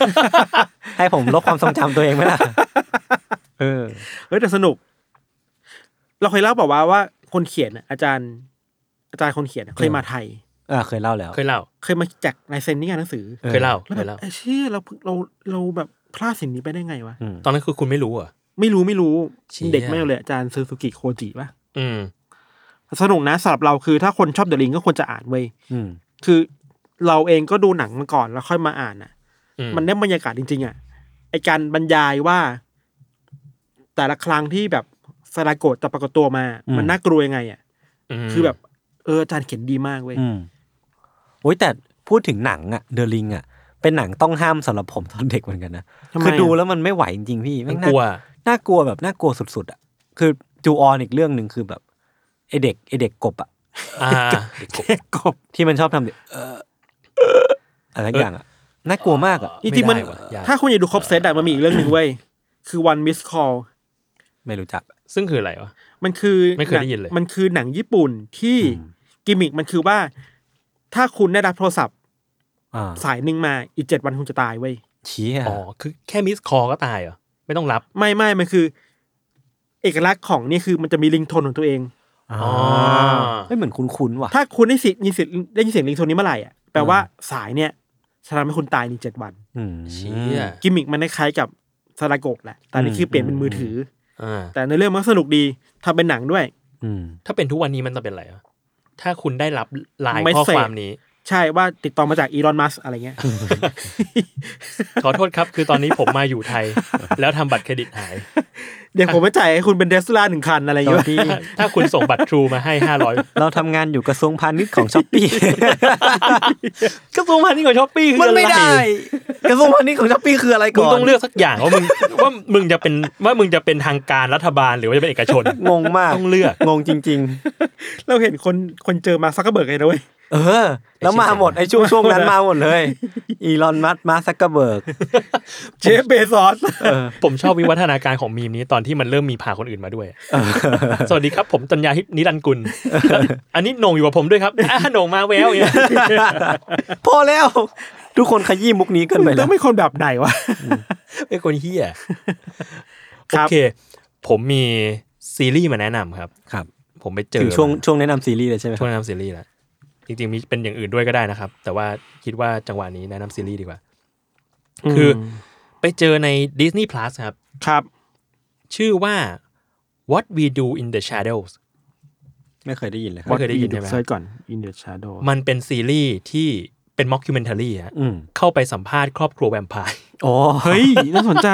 [SPEAKER 2] <laughs> ให้ผมลบความทรงจำตัวเองไหมล่ะเออ
[SPEAKER 3] เฮ้ยแต่สนุก เราเคยเล่าบอกว่าวะว่าคนเขียนน่ะอาจารย์ อาจารย์คนเขียนน่ะเคย
[SPEAKER 2] เออ
[SPEAKER 3] มาไทย
[SPEAKER 2] อ่ะเคยเล่าแล้ว
[SPEAKER 1] เคยเล่า
[SPEAKER 3] เคยมาแจกลายเซ็นนี่งานหนังสือ
[SPEAKER 2] เออ
[SPEAKER 1] เคยเล่า
[SPEAKER 3] แล้วแบ
[SPEAKER 1] เค
[SPEAKER 3] บ
[SPEAKER 1] ยเล่า
[SPEAKER 3] ไอ้เชี่ยเราเราเราแบบพลาดสิ่งนี้ไปได้ไงวะ
[SPEAKER 2] อืม
[SPEAKER 1] ตอนนั้นคือคุณไม่รู้เหรอ่ะ
[SPEAKER 3] ไม่รู้ไม่รู้
[SPEAKER 1] เชี่ย
[SPEAKER 3] เด็กแม่งเลยอาจารย์ซูซูกิโคจิปะ
[SPEAKER 1] อืม
[SPEAKER 3] สนุกนะสำหรับเราคือถ้าคนชอบเดอะลิงก็ควรจะอ่านเว้ย
[SPEAKER 2] อืม
[SPEAKER 3] คือเราเองก็ดูหนังมาก่อนแล้วค่อยมาอ่านอ่ะ
[SPEAKER 1] อืม
[SPEAKER 3] มันได้บรรยากาศจริง ๆ อ่ะไอการบรรยายว่า แต่ละครั้งที่แบบสารโกดจะปรากฏตัวมา มันน่ากลัวยังไงอ่ะ
[SPEAKER 1] ม
[SPEAKER 3] คือแบบเอออาจารย์เขียนดีมากเว้ย
[SPEAKER 2] อืมโอ้ยแต่พูดถึงหนังอะเดลิงอะเป็นหนังต้องห้ามสำหรับผมตอนเด็กเหมือนกันนะ
[SPEAKER 3] ทำไม
[SPEAKER 2] คือดู
[SPEAKER 3] อะ
[SPEAKER 2] แล้วมันไม่ไหวจริงๆพี่
[SPEAKER 1] มั
[SPEAKER 2] แม่
[SPEAKER 1] น
[SPEAKER 2] ง
[SPEAKER 1] ก
[SPEAKER 2] น่า
[SPEAKER 1] ลัว
[SPEAKER 2] น่ากลัวแบบน่ากลัวสุดๆอ่ะคือจูออนอีกเรื่องหนึ่งคือแบบไอเด็กไอเด็กกบอ่ะ
[SPEAKER 1] อ่า
[SPEAKER 3] กบ
[SPEAKER 2] ที่มันชอบทำเด็กเอ่อเอ่ออะไรสักอย่างอ่ะน่ากลัวมากอ่ะ
[SPEAKER 3] นี่ที่มัน
[SPEAKER 1] ไม่ได้ว่ะยาก
[SPEAKER 3] ถ้าคุณอยากดูครบเซตอะมันมีอีกเรื่องหนึ่งเว้ยคือวันมิสคอล
[SPEAKER 2] ไม่รู้จัก
[SPEAKER 1] <laughs> ซึ่งคืออะไรวะ
[SPEAKER 3] มันคือ
[SPEAKER 1] ไม่เคยได้ยินเลย
[SPEAKER 3] มันคือหนังญี่ปุ่นที่
[SPEAKER 2] อืม
[SPEAKER 3] กิมมิกมันคือว่า ถ้าคุณได้รับโทรศัพท์
[SPEAKER 2] อ่า
[SPEAKER 3] สายหนึ่งมาอีกเจ็ดวันคุณจะตายเว้ย
[SPEAKER 2] ชี้อ่ะ
[SPEAKER 1] อ๋อ คือแค่มิสคอก็ตายเหรอ ไม่ต้องรับ
[SPEAKER 3] ไม่ไม่มันคือ เอกลักษณ์ของนี่คือมันจะมีลิงโทนของตัวเอง
[SPEAKER 2] อ๋
[SPEAKER 1] อ๋อ
[SPEAKER 2] ไม่เหมือนคุ้นๆว่ะ
[SPEAKER 3] ถ้าคุณได้สิทธิ์ยินเสียงได้ยินเสียงลิงโทนนี้เมื่อไหร่อ่ะแปลว่าสายเนี่ยจะทำให้คุณตายในเจ็ดวัน
[SPEAKER 2] อืม
[SPEAKER 1] เชี่ย
[SPEAKER 3] กิมมิกมันคล้ายๆกับซาลาโกะแหละแต่อันนี่คือเปลี่ยนเป็นมือถือ
[SPEAKER 1] อ่า
[SPEAKER 3] แต่ในเรื่องมันก็สนุกดีทำเป็นหนังด้วย
[SPEAKER 2] อืม
[SPEAKER 1] ถ้าเป็นทุกวันนี้มันจะเป็นอะไรวะถ้าคุณได้รับไลน์
[SPEAKER 3] ไม่
[SPEAKER 1] ข้อ
[SPEAKER 3] เสพ
[SPEAKER 1] ความนี้
[SPEAKER 3] ใช่ว่าติดต่อมาจากอีรอนมัสอะไรเงี้ย
[SPEAKER 1] ขอโทษครับ คือตอนนี้ผมมาอยู่ <laughs> ไทย แล้วทำบัตรเครดิตหาย
[SPEAKER 3] เดี๋ยวผมไปจ่ายให้คุณเป็นเดสล่าหนึ่งคันอะไร
[SPEAKER 2] ตอ
[SPEAKER 3] เงี้
[SPEAKER 2] น
[SPEAKER 3] ย
[SPEAKER 2] ที่
[SPEAKER 1] ถ้าคุณส่งบัตรทรูมาให้ห้าร้อย
[SPEAKER 2] เราทำงานอยู่กระทรวงพาณิชย์ของช้อปปี้
[SPEAKER 1] กระทรวงพาณิชย์กับช้อปปี้คือ
[SPEAKER 2] มัน
[SPEAKER 1] อะไร
[SPEAKER 2] ไม่ได้ กระทรวงพาณิชย์ของช้อปปี้คืออะไร
[SPEAKER 1] มึ
[SPEAKER 2] ก่
[SPEAKER 1] ง
[SPEAKER 2] อน
[SPEAKER 1] ต้องเลือกสักอย่างว่ามึง ว่ามึงจะเป็นว่ามึงจะเป็นทางการรัฐบาลหรือว่าจะเป็นเอกชน
[SPEAKER 2] งงมาก
[SPEAKER 1] ต้องเลือก
[SPEAKER 2] งงจริง
[SPEAKER 3] เราเห็นคนคนเจอมาซักเกอร์เบิร์กเลยนะเว้ย
[SPEAKER 2] ๆ เออ แล้วมาหมดไอ้ช่วงช่วงนั้นมาหมดเลย อีลอนมัสมาซักเกอร์เบิร์ <laughs> ก
[SPEAKER 3] เจฟเบซอส
[SPEAKER 1] ผมชอบวิวัฒนาการของมีมนี้ตอนที่มันเริ่มมีพาคนอื่นมาด้วย สวัสดีครับ ผมตัญญาฮิปนิรันดร์กุล อันนี้โหนงอยู่กับผมด้วยครับอ่ะโหนงมาแว <laughs> วเนี่ย
[SPEAKER 2] พอแล้ว ทุกคนขยี้มุกนี้เกันไป
[SPEAKER 3] ต้
[SPEAKER 2] แล้
[SPEAKER 3] อ
[SPEAKER 2] ว
[SPEAKER 3] งเป็นคนแบบไหนวะ
[SPEAKER 1] ไอ้คนเฮีย
[SPEAKER 3] ค
[SPEAKER 1] โอ
[SPEAKER 3] รับ
[SPEAKER 1] เค ผมมีซีรีส์มาแนะนำครับ
[SPEAKER 2] ครับ
[SPEAKER 1] ผมไปเจอ
[SPEAKER 2] ถึงช่วงช่วงแนะนำซีรีส์เลยใช่ไหมค
[SPEAKER 1] ช่ว
[SPEAKER 2] รับ
[SPEAKER 1] งแนะนำซีรีส์แล้วจริงๆมีเป็นอย่างอื่นด้วยก็ได้นะครับ แต่ว่าคิดว่าจังหวะนี้แนะนำซีรีส์ดีกว่า คือ ไปเจอใน Disney Plus ครับ
[SPEAKER 3] ครับ
[SPEAKER 1] ชื่อว่า What We Do in the Shadows
[SPEAKER 2] ไม่เคยได้ยินเลยครั
[SPEAKER 1] ไม่
[SPEAKER 2] บ
[SPEAKER 1] เคยได้ยินใช่ไหม
[SPEAKER 3] เซิร์ชก่อน In the Shadow
[SPEAKER 1] มันเป็นซีรีส์ที่เป็นม็อกคิวเมนทารีฮะ
[SPEAKER 2] อืม
[SPEAKER 1] เข้าไปสัมภาษณ์ครอบครัวแวมไพร์
[SPEAKER 2] อ๋อ
[SPEAKER 3] เฮ้ย น่าสนใจ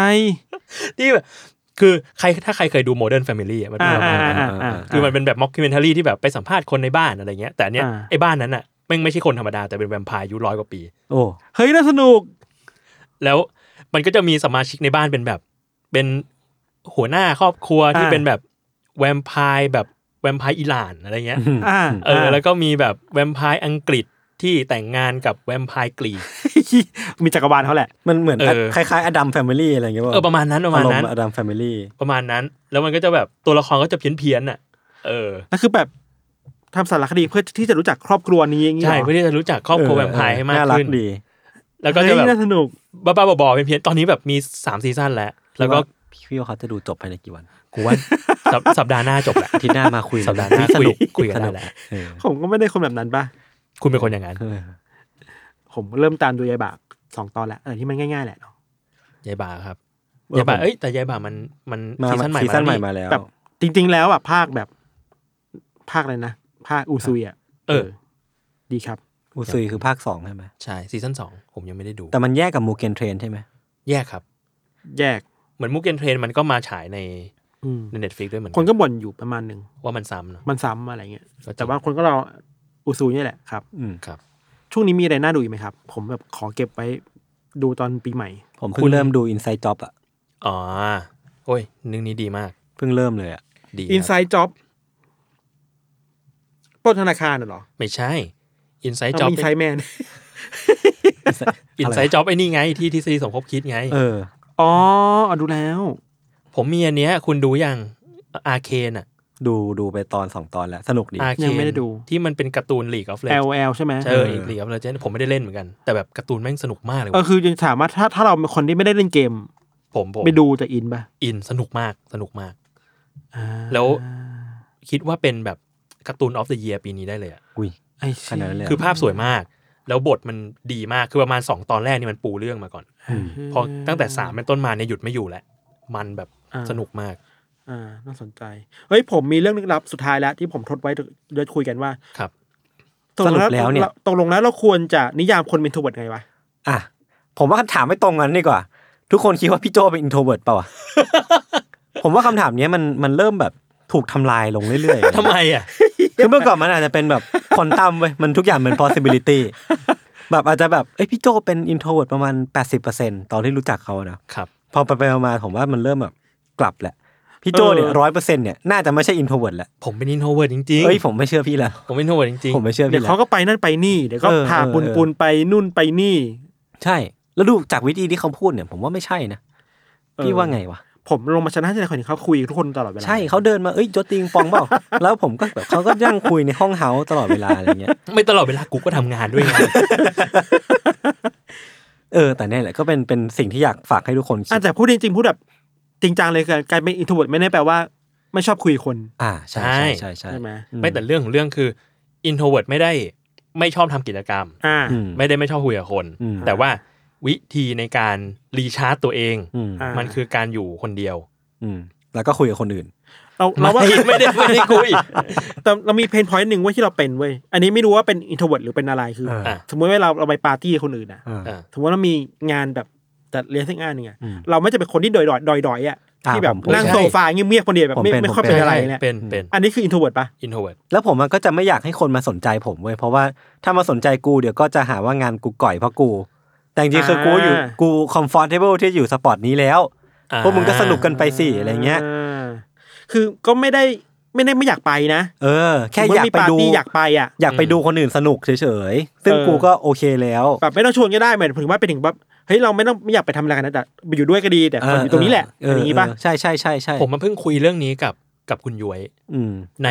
[SPEAKER 1] <laughs> ที่แบบคือใครถ้าใครเคยดูโมเดิร์นแฟมิลี่มันเป็น
[SPEAKER 3] อ่า
[SPEAKER 1] แบบ
[SPEAKER 3] อ่า
[SPEAKER 1] นั้น
[SPEAKER 3] อ่า
[SPEAKER 1] อะ
[SPEAKER 3] อ่า
[SPEAKER 1] คือมันเป็นแบบม็อกคิวเมนทารีที่แบบไปสัมภาษณ์คนในบ้านอะไรเงี้ยแต่อันเนี้ย
[SPEAKER 3] อ่า
[SPEAKER 1] ไอ้บ้านนั้นอ่ะแม่งไม่ใช่คนธรรมดา แต่เป็นแวมไพร์อายุร้อยกว่าปี
[SPEAKER 2] โอ้
[SPEAKER 3] เฮ้ย น่าสนุก
[SPEAKER 1] แล้วมันก็จะมีสมาชิกในบ้านเป็นแบบ เป็นหัวหน้าครอบครัวที่
[SPEAKER 3] อ่า
[SPEAKER 1] เป็นแบบแวมไพร์แบบแวมไพร์อิหร่านอะไร
[SPEAKER 3] <laughs>
[SPEAKER 1] เงี้ย
[SPEAKER 3] อ่า
[SPEAKER 1] เออแล้วก็มีแบบแวมไพร์อังกฤษที่แต่งงานกับแวมไพร์กรีก
[SPEAKER 3] <laughs> มีจักรวาลเขาแหละ
[SPEAKER 2] มันเหมือน
[SPEAKER 1] เออ
[SPEAKER 2] คล้ายๆอดัมแฟมิลี่อะไรอย่างเงี้ย
[SPEAKER 1] เออประมาณนั้นประมาณนั้น
[SPEAKER 2] อดัมแฟมิลี่
[SPEAKER 1] ประมาณนั้น แล้วมันก็จะแบบตัวละครก็จะเพี้ยนเพี้ยนๆอ่ะ เออ
[SPEAKER 3] นั่นคือแบบทำสารคดีเพื่อที่จะรู้จักครอบครัวนี้อย่างงี้
[SPEAKER 1] ใช่
[SPEAKER 3] เหรอ
[SPEAKER 1] เพื่อที่จะรู้จักครอบครัวแวมไพร์ให้มาก
[SPEAKER 2] น่ารั
[SPEAKER 1] ขึ้น
[SPEAKER 2] ดี
[SPEAKER 1] แล้วก็จะ
[SPEAKER 3] เฮ้ย
[SPEAKER 1] แบบ
[SPEAKER 3] น่าสนุก
[SPEAKER 1] บ้าๆบอๆเพี้ยนๆตอนนี้แบบมีสามซีซั่นแล้ว แล้วก็
[SPEAKER 2] พี่พี่ว่าเขาจะดูจบภายในกี่วัน
[SPEAKER 1] กูว่าสัปสัปดาห์หน้าจบแหละ
[SPEAKER 2] อาทิตย์หน้ามาคุย
[SPEAKER 1] สัปดาห์หน้า
[SPEAKER 2] ส
[SPEAKER 1] คุย
[SPEAKER 2] นุก
[SPEAKER 1] คุยกัน
[SPEAKER 2] ส
[SPEAKER 1] ได้
[SPEAKER 2] นุก
[SPEAKER 1] แหละ
[SPEAKER 2] เออ
[SPEAKER 3] ผมก็ไม่ได้คนแบบนั้นปะ
[SPEAKER 1] คุณเป็นคนอย่างนั้น
[SPEAKER 2] เออ
[SPEAKER 3] ผมเริ่มตามดูยายบากสองตอนแล้วอะไรที่มันง่ายๆแหละเนาะ
[SPEAKER 1] ยายบ่าครับยายบ่าเอ้ยแต่ยายบ่ามันมัน
[SPEAKER 2] มา
[SPEAKER 1] ซีซั่นใหม่
[SPEAKER 2] ซีซั่นใหม่
[SPEAKER 1] า
[SPEAKER 2] มาแล้ว
[SPEAKER 3] แบบ จริง ๆ แล้วอ่ะภาคแบบ ภาคอะไรนะ ภาคอูซุยอ่ะ
[SPEAKER 1] เออ
[SPEAKER 3] ดีครับ
[SPEAKER 2] อุซุยคือภาคสองใช่ไหม
[SPEAKER 1] ใช่ซีซั่นสองผมยังไม่ได้ดู
[SPEAKER 2] แต่มันแยกกับมูเกนเทรนใช่ไหม
[SPEAKER 1] แยกครับ
[SPEAKER 3] แยก
[SPEAKER 1] เหมือนมุกเกนเทรนมันก็มาฉายใน
[SPEAKER 3] อืม
[SPEAKER 1] ในเน็ตฟลิกด้วยเหมือน
[SPEAKER 3] คนก็บ่นอยู่ประมาณหนึ่ง
[SPEAKER 1] ว่ามันซ้ำเนอะ
[SPEAKER 3] มันซ้ำอะไรเงี้ย
[SPEAKER 1] ก็จริง
[SPEAKER 3] แต่ว่าคนก็รออูซูนี่แหละครับ
[SPEAKER 2] อืม
[SPEAKER 1] ครับ
[SPEAKER 3] ช่วงนี้มีอะไรน่าดูอีกไหมครับ ผมแบบขอเก็บไว้ดูตอนปีใหม่
[SPEAKER 2] ผม
[SPEAKER 1] คุ
[SPEAKER 2] เพิ่ง
[SPEAKER 1] ณ
[SPEAKER 2] เริ่มดูอินไซต์จ็อบอ่ะ
[SPEAKER 1] อ๋อโอ้ยนึงนี้ดีมาก
[SPEAKER 2] เพิ่งเริ่มเลยอ่ะ
[SPEAKER 1] ดีครับ
[SPEAKER 3] Inside Job ปล้นธนาคารน่ะเหรอ
[SPEAKER 1] ไม่ใช่
[SPEAKER 3] ไม่
[SPEAKER 1] Inside Job
[SPEAKER 3] ไซแม <laughs> น
[SPEAKER 1] Inside Job ไอ้นี่ไงที่ที่ซีรีส์สมคบคิดไง
[SPEAKER 2] เออ
[SPEAKER 3] อ๋ออ่ะดูแล้ว
[SPEAKER 1] ผมมีอันเนี้ย คุณดูยังอาเคนอะ
[SPEAKER 2] ดูดูไปตอนสองตอนแล้วสนุกดี
[SPEAKER 1] อาเค
[SPEAKER 3] ยังไม่ได้ดู
[SPEAKER 1] ที่มันเป็นการ์ตูน League of Legends
[SPEAKER 3] LL ใช่ไหม
[SPEAKER 1] เจออีก League of Legends ผมไม่ได้เล่นเหมือนกัน แต่แบบการ์ตูนแม่งสนุกมากเลย
[SPEAKER 3] ก็
[SPEAKER 1] ว่ะ
[SPEAKER 3] คือยังสามารถถ้าถ้าเราเป็นคนที่ไม่ได้เล่นเกม
[SPEAKER 1] ผมผม
[SPEAKER 3] ไปดูจะอินป่ะ
[SPEAKER 1] อินสนุกมากสนุกมาก
[SPEAKER 3] อ่า
[SPEAKER 1] แล้ว คิดว่าเป็นแบบการ์ตูน of the year ปีนี้ได้เลยอะ
[SPEAKER 2] อุ้ย
[SPEAKER 3] ไอ้เชี่
[SPEAKER 2] ขนาดนั้นเลย
[SPEAKER 1] คือภาพสวยมาก แล้วบทมันดีมากคือประมาณ 2 ตอนแรกนี่มันปูเรื่องมาก่อน พอตั้งแต่3เป็นต้นมาเนี่ยหยุดไม่อยู่แล้วมันแบบสนุกมาก
[SPEAKER 3] อ่าน่าสนใจ เฮ้ยผมมีเรื่องลึกลับสุดท้ายแล้ว ที่ผมทดไว้เดี๋ยวคุยกันว่า
[SPEAKER 1] ครับ
[SPEAKER 3] ตกง
[SPEAKER 2] สรุปแล้วเนี่ย
[SPEAKER 3] ราตกลงแล้วเราควรจะนิยามคนเป็นทวดไงวะ
[SPEAKER 2] อ่ะ ผมว่าคำถามไม่ตรงกันดีกว่า ทุกคนคิดว่าพี่โจเป็นอินโทรเวิร์ดเปล่าวะ ผมว่าคำถามเนี้ยมันมันเริ่มแบบถูกทำลายลงเรื่อย
[SPEAKER 1] ทำไมอ่ะ
[SPEAKER 2] ๆ คือเมื่อก่อนมันอาจจะเป็นแบบคอนตัมเว้ยมันทุกอย่างเป็น possibility แบบอาจจะแบบเอ้ยพี่โจเป็นอินโทรเวิร์ดประมาณ 80%ตอนที่รู้จักเขานะครับ พอไปไปมาๆผมว่ามันเริ่มแบบกลับแหละ พี่โจเนี่ย
[SPEAKER 3] เอ
[SPEAKER 2] ร้อ
[SPEAKER 3] อ
[SPEAKER 2] ยเปอร์เซ็นต์เนี่ยน่าจะไม่ใช่อินโทรเวิร์ดแล้ว
[SPEAKER 1] ผมเป็น introvert จริงๆ
[SPEAKER 2] เอ้ยผมไม่เชื่อพี่แล้ว
[SPEAKER 1] ผมเป็น introvert จริง
[SPEAKER 2] ผมไม่เชื่อ
[SPEAKER 3] เดี๋ย
[SPEAKER 2] พี่
[SPEAKER 3] ว
[SPEAKER 2] แล้
[SPEAKER 3] เขา
[SPEAKER 2] ว
[SPEAKER 3] ก็ไปนั่นไปนี่เดี๋ยวก็
[SPEAKER 2] เออ
[SPEAKER 3] พา
[SPEAKER 2] เออ
[SPEAKER 3] ปุน
[SPEAKER 2] เออ
[SPEAKER 3] ปุนไปนู่นไปนี่
[SPEAKER 2] ใช่ แล้วดูจากวิธีที่เขาพูดเนี่ยผมว่าไม่ใช่นะพี่ว่าไงวะ
[SPEAKER 3] ผมลงมาชนะใจคนนี้เขาคุยกับทุกคนตลอดเวลา
[SPEAKER 2] ใช่เขาเดินมาเอ้ยโจติงปองเปล่า แล้วผมก็แบบเขาก็ยั่งคุยในห้องเฮาส์ตลอดเวลาอะไรเงี้
[SPEAKER 1] <laughs>
[SPEAKER 2] ย
[SPEAKER 1] ๆไม่ตลอดเวลากูก็ทำงานด้วยไง
[SPEAKER 2] เออแต่เนี่ยแหละก็เป็นเป็นสิ่งที่อยากฝากให้ทุกคนคิ
[SPEAKER 3] อ่ะ
[SPEAKER 2] ด
[SPEAKER 3] แต่พูดจริงๆพูดแบบจริงจังเลยคือการเป็นอินโทรเวิร์ดไม่ได้แปลว่า ไม่ชอบคุยกับคน
[SPEAKER 2] อ่าใช่ใช่ใช่ใช่
[SPEAKER 3] ใช่ไหม
[SPEAKER 1] ไม่แต่เรื่องของเรื่องคือ introvert ไม่ได้ไม่ชอบทำกิจกรรม
[SPEAKER 3] อ่า
[SPEAKER 2] อืม
[SPEAKER 1] ไม่ได้ไม่ชอบคุยกับคน
[SPEAKER 2] อืม
[SPEAKER 1] แต่ว่าวิธีในการรีชาร์จตัวเอง
[SPEAKER 2] อืม
[SPEAKER 3] อ่า
[SPEAKER 1] มันคือการอยู่คนเดียว
[SPEAKER 2] อืมแล้วก็คุยกับคนอื่น
[SPEAKER 3] เราเราว่า
[SPEAKER 1] ไม่ได้ไม่ได้คุย
[SPEAKER 3] แต่เรามีเพนพอยต์หนึ่งเว่าที่เราเป็นเว้ยอันนี้ไม่รู้ว่าเป็นอินโทรเวิร์ดหรือเป็นอะไรคือ
[SPEAKER 2] เออ
[SPEAKER 1] อ่ะ
[SPEAKER 3] สมมติว่าเราเราไปปาร์ตี้กับคนอื่นนะ
[SPEAKER 1] อ่ะ
[SPEAKER 3] สมมติเรามีงานแบบจัดเลี้ยงสักงานหนึ่งอะ
[SPEAKER 2] อืม
[SPEAKER 3] เราไม่จะเป็นคนที่ดอยดอยดอยดอยๆอะ
[SPEAKER 2] อ่า
[SPEAKER 3] ที่แบบ
[SPEAKER 2] ผมผม
[SPEAKER 3] นั่ง
[SPEAKER 2] ใช่
[SPEAKER 3] โซฟาเงียบๆคนเดียวแบบ
[SPEAKER 2] ผม
[SPEAKER 3] ไม่
[SPEAKER 2] เป็น
[SPEAKER 3] ไม่ค่อย
[SPEAKER 2] ผม
[SPEAKER 3] เป็นอะไรเนี่ย
[SPEAKER 1] เป็นเป็น
[SPEAKER 3] อันนี้คืออินโทรเวิร์ดปะ
[SPEAKER 1] introvert
[SPEAKER 2] แล้วผมอะก็จะไม่อยากให้คนมาสนใจผมเว้ยเพราะว่าถ้ามาสนใจกูเดี๋ยวก็จะหาว่างานกูก่อยเพราะกู แต่จริงๆคือกูอยู่
[SPEAKER 3] อ่า
[SPEAKER 2] กูคอมฟอร์ทเบิลที่อยู่สปอร์ตนี้แล้ว
[SPEAKER 1] อ่า
[SPEAKER 2] พวกมึงก็สนุกกันไปสิอะไรเงี้ย
[SPEAKER 3] อ่าคือก็ไม่ได้ ไม่ได้ไม่อยากไปนะ
[SPEAKER 2] เออ แค่อยาก
[SPEAKER 3] มันมี
[SPEAKER 2] ไป
[SPEAKER 3] ปาร์
[SPEAKER 2] ดู
[SPEAKER 3] ตี้อยากไปอ่ะ
[SPEAKER 2] อยากไปดูคนอื่นสนุกเฉยๆ ซึ่ง
[SPEAKER 3] เออ
[SPEAKER 2] กูก็โอเคแล้ว
[SPEAKER 3] แบบไม่ต้องชวนก็ได้เหมือนถึงว่าไปถึงแบบเฮ้ยเราไม่ต้องไม่อยากไปทำอะไรกันนะแต่ไปอยู่ด้วยก็ดีแต่คนอยู่ตรงนี้แหละ
[SPEAKER 2] เ
[SPEAKER 3] อย่างนี้ป่ะ
[SPEAKER 2] เใช่ใช่ใช่ใช่
[SPEAKER 1] ผมมาเพิ่งคุยเรื่องนี้กับกับคุณย้วย
[SPEAKER 2] อืม
[SPEAKER 1] ใน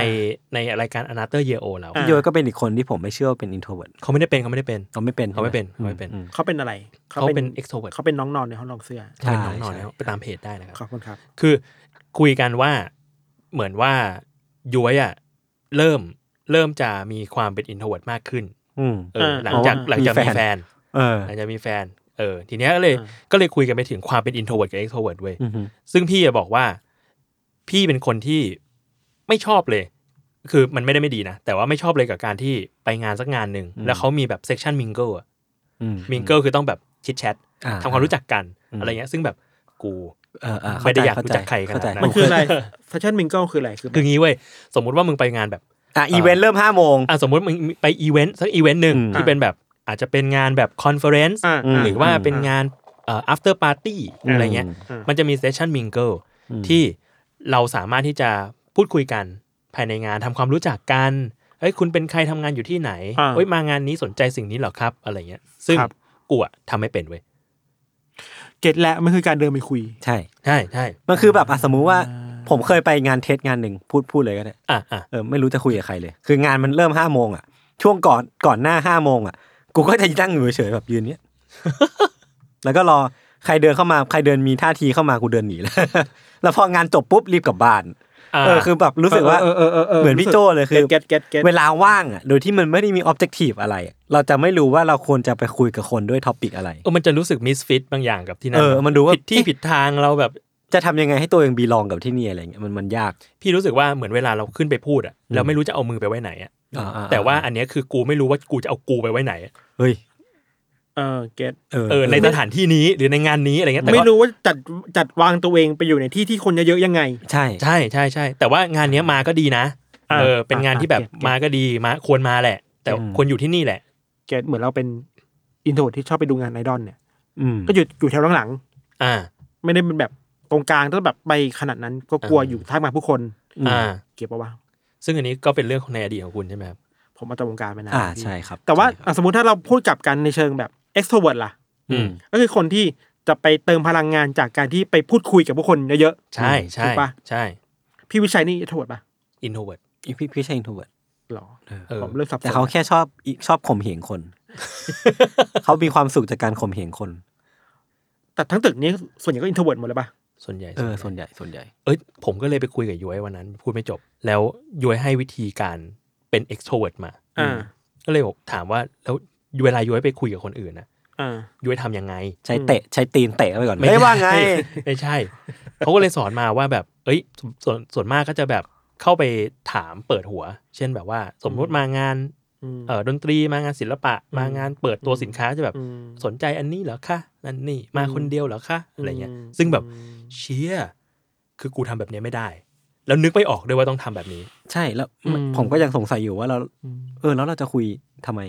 [SPEAKER 1] ในรายการ a n a t h e r Year O แล้ว
[SPEAKER 3] อ่ะ
[SPEAKER 2] โยยก็เป็นอีกคนที่ผมไม่เชื่อว่าเป็น introvert
[SPEAKER 1] เขาไม่ได้เป็นเขาไม่ได้เป็น
[SPEAKER 2] เขาไม่เป็น
[SPEAKER 1] เขาไม่เป็น
[SPEAKER 2] ใช่ห
[SPEAKER 1] เขาไม่เป็น
[SPEAKER 2] อืม
[SPEAKER 3] เขาเป็นอะไร
[SPEAKER 1] เขาเป็น extrovert
[SPEAKER 3] เขาเป็นน้องนอนในห้องนอนเสื้อ
[SPEAKER 2] ใช่
[SPEAKER 1] เป็นน้องนอน
[SPEAKER 2] ใช่
[SPEAKER 1] แล้วไปตามเพจได้นะครับ
[SPEAKER 3] ขอบคุณครับ
[SPEAKER 1] คือคุยกันว่าเหมือนว่าย้วยอะเริ่มเริ่มจะมีความเป็นอินโทรเวิร์ดมากขึ้น
[SPEAKER 2] อืม
[SPEAKER 1] เอ
[SPEAKER 3] เอ
[SPEAKER 1] อ
[SPEAKER 3] อ
[SPEAKER 1] หลังจาก
[SPEAKER 3] อ๋อ
[SPEAKER 1] หลังจาก
[SPEAKER 2] มี
[SPEAKER 1] มี
[SPEAKER 2] แฟ
[SPEAKER 1] แฟ
[SPEAKER 2] น
[SPEAKER 1] น
[SPEAKER 2] เออ
[SPEAKER 1] หลังจากมีแฟนเออทีเนี้ยก็เลย
[SPEAKER 3] อ่า
[SPEAKER 1] ก็เลยคุยกันไปถึงความเป็นอินโทรเวิร์ดกับเอ็กโทรเวิร์ดเว้ย
[SPEAKER 2] อือฮึ
[SPEAKER 1] ซึ่งพี่อะบอกว่า พี่เป็นคนที่ไม่ชอบเลย คือมันไม่ได้ไม่ดีนะ แต่ว่าไม่ชอบเลยกับการที่ไปงานสักงานหนึ่ง แล้วเขามีแบบเซ็กชันมิงเกิลอะ
[SPEAKER 2] อืม
[SPEAKER 1] มิงเกิลคือต้องแบบชิดแชท
[SPEAKER 2] อ่
[SPEAKER 1] ทำความรู้จักกัน อะไรเงี้ย ซึ่งแบบกู
[SPEAKER 2] เออเเข้
[SPEAKER 1] ไม่ได้อยาก
[SPEAKER 2] เข้
[SPEAKER 1] รู้จักใครขนาดนั้
[SPEAKER 2] เข้ใจ
[SPEAKER 1] น
[SPEAKER 3] มันคืออะไรแฟชั่นมิงเกิลคืออะไรคือ
[SPEAKER 1] คืองี้เว้ย สมมุติว่ามึงไปงานแบบ
[SPEAKER 2] อ่ะอีเวนต์เริ่มห้าโมง
[SPEAKER 1] อ่ะสมมุติมึงไปอีเวนต์สักอีเวนต์หนึ่ง
[SPEAKER 2] อืม
[SPEAKER 1] ที่เป็นแบบอาจจะเป็นงานแบบคอนเฟอเรนซ์
[SPEAKER 3] อ่า
[SPEAKER 2] อืม
[SPEAKER 1] หรือว่าเป็นงานเอ่อ after party อะไรเงี้ย
[SPEAKER 3] อ่า
[SPEAKER 1] มันจะมีเซสชันมิงเกิลที่เราสามารถที่จะพูดคุยกันภายในงานทำความรู้จักกันเฮ้ยคุณเป็นใครทำงานอยู่ที่ไหน
[SPEAKER 3] อ่า
[SPEAKER 1] เฮ้ยมางานนี้สนใจสิ่งนี้เหรอครับ อะไรเงี้ย ซึ่ง
[SPEAKER 3] ครับ
[SPEAKER 1] กูอะทำไม่เป็นเว้ย
[SPEAKER 3] เก็ตและมันคือการเดินไปคุย
[SPEAKER 2] ใช่
[SPEAKER 1] ใช่ใช่
[SPEAKER 2] มันคือแบบอ่ะสมมุติว่า ผมเคยไปงานเทสงานหนึ่งพูดพูดเลยก็ได้
[SPEAKER 1] อ่ะอ่ะ
[SPEAKER 2] เออไม่รู้จะคุยกับใครเลย คืองานมันเริ่มห้าโมงอ่ะ ช่วงก่อนก่อนหน้าห้าโมงอ่ะ กูก็จะนั่งอยู่เฉยๆแบบยืนเนี้ย <laughs> แล้วก็รอใครเดินเข้ามาใครเดินมีท่าทีเข้ามากูเดินหนีแล้ว <laughs> แล้วพองานจบปุ๊บรีบกลับบ้านา เออคือแบบรู้สึกว่า
[SPEAKER 3] เออเออเออเออ
[SPEAKER 2] เหมือนพี่โจเลยคือ
[SPEAKER 3] เก็ตเก็ตเก็ต
[SPEAKER 2] เวลาว่างอ่ะโดยที่มันไม่ได้มีออบเจกตีฟอะไรอะเราจะไม่รู้ว่าเราควรจะไปคุยกับคนด้วยท็อปิกอะไร
[SPEAKER 1] เออมันจะรู้สึกมิสฟิตบางอย่างกับที่นั่น
[SPEAKER 2] เออมันดูว่า
[SPEAKER 1] ผิดที่ผิดทางเราแบบ
[SPEAKER 2] จะทำยังไงให้ตัวเองบีลองกับที่นี่อะไรเงี้ยมันมันยาก
[SPEAKER 1] พี่รู้สึกว่าเหมือนเวลาเราขึ้นไปพูดอะเราไม่รู้จะเอามือไปไว้ไหนอะ
[SPEAKER 2] อ่าอ่า
[SPEAKER 1] แต่ว่าอันเนี้ยคือกูไม่รู้ว่ากูจะเอากูไปไว้ไหนอะ
[SPEAKER 2] เฮ้ย
[SPEAKER 3] เออเก็ต
[SPEAKER 2] เออ
[SPEAKER 1] เออในสถานที่นี้หรือในงานนี้อะไรเงี้ยแต่
[SPEAKER 3] ไม่
[SPEAKER 1] ว่า
[SPEAKER 3] รู้ว่าจัดจัดวางตัวเองไปอยู่ในที่ที่คนเยอะๆยังไง
[SPEAKER 2] ใช่
[SPEAKER 1] ใช่ใช่ใช่แต่ว่างานเนี้ยมาก็ดีนะ
[SPEAKER 3] อ่า
[SPEAKER 1] เออเป็นงานที่แบบ
[SPEAKER 3] อ่าเก็ตเก็ต
[SPEAKER 1] มาก็ดีมาควรมาแหละ แต่ควรอยู่ที่นี่แหละ
[SPEAKER 3] เก็ตเหมือนเราเป็นอินโทรที่ชอบไปดูงานไอดอลเนี่ย
[SPEAKER 2] อืม
[SPEAKER 3] ก็อยู่อยู่แถวหลัง
[SPEAKER 1] อ่า
[SPEAKER 3] ๆไม่ได้เป็นแบบตรงกลางต้องแบบไปขนาดนั้นก็กลัวอยู่ท่ามกลางผู้คน
[SPEAKER 1] อ่า
[SPEAKER 3] เก็บเอาว่า
[SPEAKER 1] ซึ่งอันนี้ก็เป็นเรื่องของในอดีตของคุณใช่ไหมครับ
[SPEAKER 3] ผมเอาจากวงการไปนะ
[SPEAKER 2] อ่าใช่ครับ
[SPEAKER 3] แต่ว่า
[SPEAKER 2] ใช่ครับ
[SPEAKER 3] อ่ะสมมติถ้าเราพูดกลับกันในเชิงแบบ extrovert ล่ะ
[SPEAKER 1] อืม
[SPEAKER 3] ก็คือคนที่จะไปเติมพลังงานจากการที่ไปพูดคุยกับผู้คนเยอะๆ
[SPEAKER 1] ใช่
[SPEAKER 3] ถู
[SPEAKER 1] ใช่
[SPEAKER 3] กปะ
[SPEAKER 1] ใช่
[SPEAKER 3] พี่วิชัยนี่ extrovert ปะ
[SPEAKER 1] อินโทรเวิร์ด
[SPEAKER 2] อีพี่พี่ใช่อินโทรเวิร์ด
[SPEAKER 3] หรอ
[SPEAKER 1] เออ
[SPEAKER 3] ผมเริ่มสับสน
[SPEAKER 2] แต่เขาแค่ชอบชอบข่มเหงคน <laughs> เขามีความสุขจากการข่มเหงคน
[SPEAKER 3] แต่ทั้งตึกนี้ส่วนใหญ่ก็ introvert หมดเลยปะ
[SPEAKER 1] ส่วนใหญ่
[SPEAKER 2] เออ ส่วนใหญ่ ส่วนใหญ่
[SPEAKER 1] เอ้ยผมก็เลยไปคุยกับย้อยวันนั้น พูดไม่จบ แล้วย้อยให้วิธีการเป็น e x t r o v e r t มา
[SPEAKER 3] อ่า
[SPEAKER 1] ก็เลยบอกถามว่าแล้วเวลาย้อยไปคุยกับคนอื่นนะ
[SPEAKER 3] อ่า
[SPEAKER 1] ย้อยทำยังไง
[SPEAKER 2] ใช้เตะ ใช้ตีนเตะเข้าไปก่อน
[SPEAKER 1] ด้
[SPEAKER 2] ไม่ว่าไง
[SPEAKER 1] <laughs> ไม่ใช่ เขาก็เลยสอนมาว่าแบบ เอ้ยสส่วนส่วนมากก็จะแบบเข้าไปถามเปิดหัว เช่นแบบว่า สมมุติมางาน
[SPEAKER 3] อืม
[SPEAKER 1] เอ่อดนตรีมางานศิลปะ มางานเปิดตัวสินค้าจะแบบ
[SPEAKER 3] อืม
[SPEAKER 1] สนใจอันนี้เหรอคะนั่นนี่มาคนเดียวเหรอคะอะไรเงี้ย
[SPEAKER 3] อืม
[SPEAKER 1] ซึ่งแบบเชียคือกูทำแบบเนี้ยไม่ได้ แล้วนึกไม่ออกด้วยว่าต้องทำแบบนี้
[SPEAKER 2] ใช่ แล้ว
[SPEAKER 3] อืม
[SPEAKER 2] ผมก็ยังสงสัยอยู่ว่าเรา เออ แล้วเราจะคุยทำไม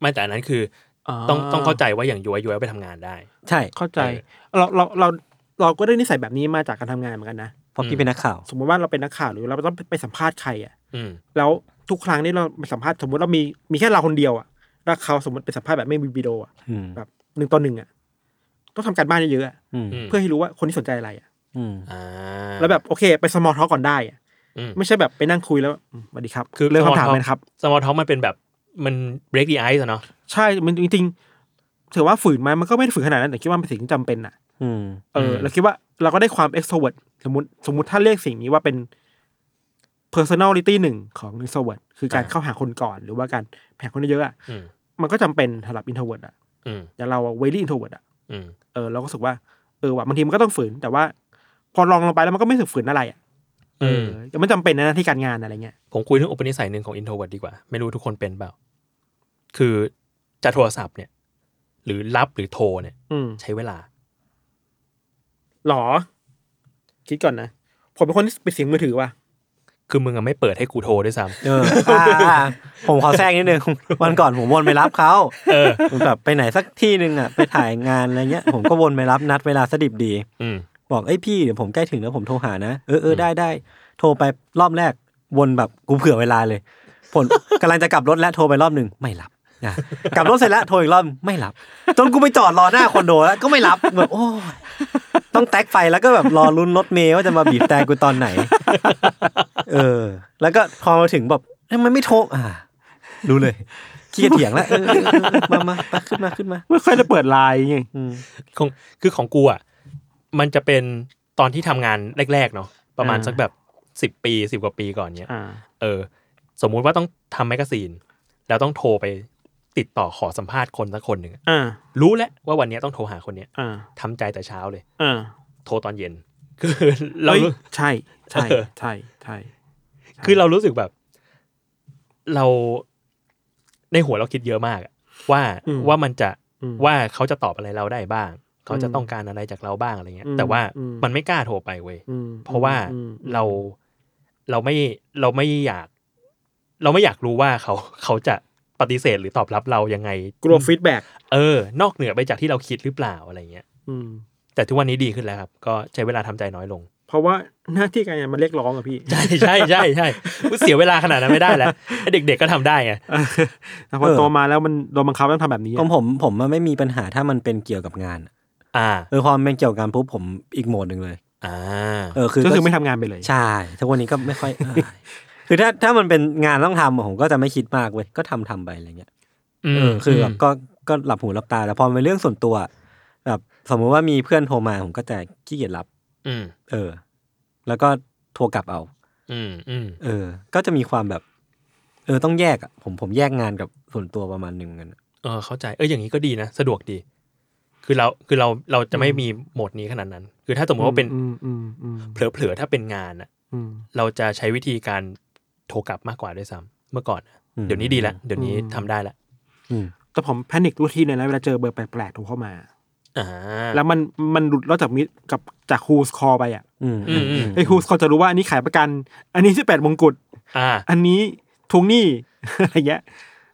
[SPEAKER 1] ไม่แต่อันนั้นคืออต้องต้องเข้าใจว่าอย่างย้วยย้วยไปทำงานได้
[SPEAKER 2] ใช่
[SPEAKER 3] เข้าใจเราเราเราเราก็ได้นิสัยแบบนี้มาจากการทำงานเหมือนกันนะ
[SPEAKER 2] เพราะพี่เป็นนักข่าว
[SPEAKER 3] สมมุติว่าเราเป็นนักข่าวหรือเราต้องไปสัมภาษณ์ใครอ่ะ
[SPEAKER 1] อืม
[SPEAKER 3] แล้วทุกครั้งที่เราไปสัมภาษณ์สมมติเรามีมีแค่เราคนเดียวอ่ะแล้วเขาสมมติไปสัมภาษณ์แบบไม่มีวิดีโออ่ะ
[SPEAKER 2] อืม
[SPEAKER 3] แบบหนึ่งต่อหนึ่งอ่ะต้องทำการบ้านเยอะๆอะ
[SPEAKER 2] อืม
[SPEAKER 1] อืม
[SPEAKER 3] เพื่อให้รู้ว่าคนที่สนใจอะไรอ่ะ
[SPEAKER 2] อืม
[SPEAKER 1] อ่า
[SPEAKER 3] แล้วแบบโอเค ไปสมอลท็อกก่อนได้อ่ะ
[SPEAKER 1] อืม
[SPEAKER 3] ไม่ใช่แบบไปนั่งคุยแล้วอืมสวัสดีครับ
[SPEAKER 1] คือ
[SPEAKER 3] เรื่องคำถามเลยนะครับ
[SPEAKER 1] สมอลท็อกมันเป็นแบบมัน break the ice อะเนาะ
[SPEAKER 3] ใช่มันจริงๆถือว่าฝืนไหมมันก็ไม่ได้ฝืนขนาดนั้นแต่คิดว่ามันเป็นสิ่งที่จำเป็นอ่ะ
[SPEAKER 2] อืม
[SPEAKER 3] เออ
[SPEAKER 1] อืม
[SPEAKER 3] เราคิดว่าเราก็ได้ความ extrovert สมมติสมมติถ้าเรียกสิ่งนี้ว่าเป็น personality หนึ่งของ introvert คือการเข้าหาคนก่อน หรือว่าการแผ่คนเยอะๆอ่ะ
[SPEAKER 1] อืม
[SPEAKER 3] มันก็จำเป็นสำหรับ introvert อ่ะ
[SPEAKER 1] อืม
[SPEAKER 3] อย่างเราอะเวลี่อินโทรเวิร์ดอะ
[SPEAKER 1] อืม
[SPEAKER 3] เออเราก็รู้สึกว่าเออว่ะบางทีมันก็ต้องฝืน แต่ว่า พอลองลงไปแล้วมันก็ไม่รู้สึกฝืนอะไรอะเออแต่มันจำเป็นนะที่การงานอะไรเงี้ย
[SPEAKER 1] ผมคุยเรื่องอุปนิสัยหนึ่งของ introvert ดีกว่า ไม่รู้ทุกคนเป็นเปล่า คือจะโทรศัพท์เนี่ย หรือรับหรือโทรเนี่ย
[SPEAKER 3] อืม
[SPEAKER 1] ใช้เวลา
[SPEAKER 3] หรอ คิดก่อนนะ ผมเป็นคนที่ปิดเสียงมือถือว่ะ
[SPEAKER 1] คือมึงอะไม่เปิดให้กูโทรด้วยซ้
[SPEAKER 2] เอออ่าอ่าผมขอแทรกนิดนึง <laughs> วันก่อนผมวนไปรับเขา
[SPEAKER 1] ำเออ
[SPEAKER 2] ผมแบบไปไหนสักที่หนึ่งอ่ะ ไปถ่ายงานอะไรเงี้ย ผมก็วนไปรับนัดเวลาสดิบดี
[SPEAKER 1] อืม
[SPEAKER 2] บอกเอ้ยพี่เดี๋ยวผมใกล้ถึงแล้วผมโทรหานะ เออเออได้ได้ โทรไปรอบแรกวนแบบกูเผื่อเวลาเลย ผล <laughs> กำลังจะกลับรถแล้วโทรไปรอบหนึ่งไม่รับนะกลับรถเสร็จแล้วโทรอีกรอบไม่รับ จนกูไปจอดรอหน้าคอนโดแล้วก็ไม่รับแบบโอ้ยต้องแท็กไฟแล้วก็แบบรอลุ้นรถเมย์ว่าจะมาบีบแต่กูตอนไหน เออ แล้วก็พอมาถึงแบบเอ้ยมันไม่โทรอ่ารู้เลยขี้เกียจเถียงแล้วเออเออเออมามามาขึ้นมาขึ้นมา
[SPEAKER 3] ไม่ค่อยได้เปิดไลน์ไง
[SPEAKER 2] อืม
[SPEAKER 1] ของคือของกูอ่ะมันจะเป็นตอนที่ทำงานแรกๆเนาะประมาณ
[SPEAKER 2] อ่า
[SPEAKER 1] สักแบบสิบปีสิบกว่าปีก่อนเนี้ย
[SPEAKER 3] อ่า
[SPEAKER 1] เออ สมมุติว่าต้องทำแมกกาซีน แล้วต้องโทรไปติดต่อขอสัมภาษณ์คนสักคนหนึ่งอะ
[SPEAKER 3] อ่า
[SPEAKER 1] รู้แล้วว่าวันเนี้ยต้องโทรหาคนเนี้ย
[SPEAKER 3] อ่า
[SPEAKER 1] ทำใจแต่เช้าเลย
[SPEAKER 3] อ่า
[SPEAKER 1] โทรตอนเย็น <laughs> คือเรา
[SPEAKER 3] เฮ้ย
[SPEAKER 1] รู้
[SPEAKER 3] ใช่ใช่
[SPEAKER 1] เออ
[SPEAKER 3] ใช่ใช่
[SPEAKER 1] คือเรารู้สึกแบบ เราในหัวเราคิดเยอะมากอะว่าว่ามันจะ
[SPEAKER 3] อืม
[SPEAKER 1] ว่าเขาจะตอบอะไรเราได้บ้าง เขาจะ
[SPEAKER 3] อืม
[SPEAKER 1] ต้องการอะไรจากเราบ้างอะไรเงี้ย
[SPEAKER 3] อืม
[SPEAKER 1] แต่ว่า
[SPEAKER 3] อืม
[SPEAKER 1] มันไม่กล้าโทรไปเว้ย
[SPEAKER 3] อืม
[SPEAKER 1] เพราะว่า
[SPEAKER 3] อืมอืม
[SPEAKER 1] เราเราไม่เราไม่อยาก เราไม่อยากรู้ว่าเขาเขาจะปฏิเสธหรือตอบรับเรายังไง
[SPEAKER 3] กลัวฟีดแบ็ก
[SPEAKER 1] เออ นอกเหนือไปจากที่เราคิดหรือเปล่าอะไรเงี้ย
[SPEAKER 3] อืม
[SPEAKER 1] แต่ทุกวันนี้ดีขึ้นแล้วครับ ก็ใช้เวลาทำใจน้อยลง
[SPEAKER 3] เพราะว่า <laughs> หน้าที่การงานมันเรียกร้องอะ
[SPEAKER 1] <laughs>
[SPEAKER 3] พี่
[SPEAKER 1] ใช่ใช่ใช่
[SPEAKER 3] <laughs>
[SPEAKER 1] ใช่อุ๊ยเสียเวลาขนาดนั้นไม่ได้แล้วไอ้เด็ก ๆก็ทำได้ไง
[SPEAKER 3] แต่พอ
[SPEAKER 2] เออ
[SPEAKER 3] โตมาแล้วมันโดนบังคับต้องทำแบบนี้
[SPEAKER 2] ของ
[SPEAKER 3] อะ
[SPEAKER 2] ผมผมมันไม่มีปัญหาถ้ามันเป็นเกี่ยวกับงาน
[SPEAKER 1] อ่า
[SPEAKER 2] เออพอมันเป็นเกี่ยวกับงานปุ๊บผมอีกโหมดหนึ่งเลย
[SPEAKER 1] อ่า
[SPEAKER 2] เออคือ
[SPEAKER 3] ก็
[SPEAKER 2] ก็
[SPEAKER 3] คือไม่ทำงานไปเลย
[SPEAKER 2] ใช่ทุกวันนี้ก็ไม่ค่อย คือถ้าถ้ามันเป็นงานต้องทำอะผมก็จะไม่คิดมากเว้ย ก็ทำทำไปอะไรเงี้ย
[SPEAKER 1] อืม
[SPEAKER 2] เออ คือแบบก็ก็หลับหูหลับตา แต่พอมันเป็นเรื่องส่วนตัว แบบสมมุติว่ามีเพื่อนโทรมาผมก็จะขี้เกียจรับ
[SPEAKER 1] อืม
[SPEAKER 2] เออ แล้วก็โทรกลับเอา
[SPEAKER 1] อืมอืม
[SPEAKER 2] เออ ก็จะมีความแบบ เออต้องแยกอะผมผมแยกงานกับส่วนตัวประมาณหนึ่งเหมือนกัน
[SPEAKER 1] เออเข้าใจเอออย่างนี้ก็ดีนะ สะดวกดี คือเราคือเราเราจะไม่มีโหมดนี้ขนาดนั้น คือถ้าสมมติว่าเป็น
[SPEAKER 3] อืมอืมอืม
[SPEAKER 1] เผลอๆถ้าเป็นงานอะ
[SPEAKER 3] อืม
[SPEAKER 1] เราจะใช้วิธีการโทรกลับมากกว่าด้วยซ้ำเมื่อก่อนนะ
[SPEAKER 2] อืม
[SPEAKER 1] เดี๋ยวนี้ดีละเดี๋ยวนี้
[SPEAKER 3] อืม
[SPEAKER 1] ทำได้ละ
[SPEAKER 2] อืม
[SPEAKER 3] แต่ผมแพนิคทุกทีเลยนะเวลาเจอเบอร์แปลกๆโทรเข้ามา
[SPEAKER 1] อ่า
[SPEAKER 3] แล้วมันมันหลุดแล้วจากมิตรกับจากฮูสคอไปอ่ะ
[SPEAKER 2] อืม
[SPEAKER 1] อืมอืม
[SPEAKER 3] ไอ้ฮูสคอจะรู้ว่าอันนี้ขายประกัน อันนี้ที่แปดมงกุฎ
[SPEAKER 1] อ่า
[SPEAKER 3] อันนี้ทวงหนี้ <laughs> อะไรเงี้ย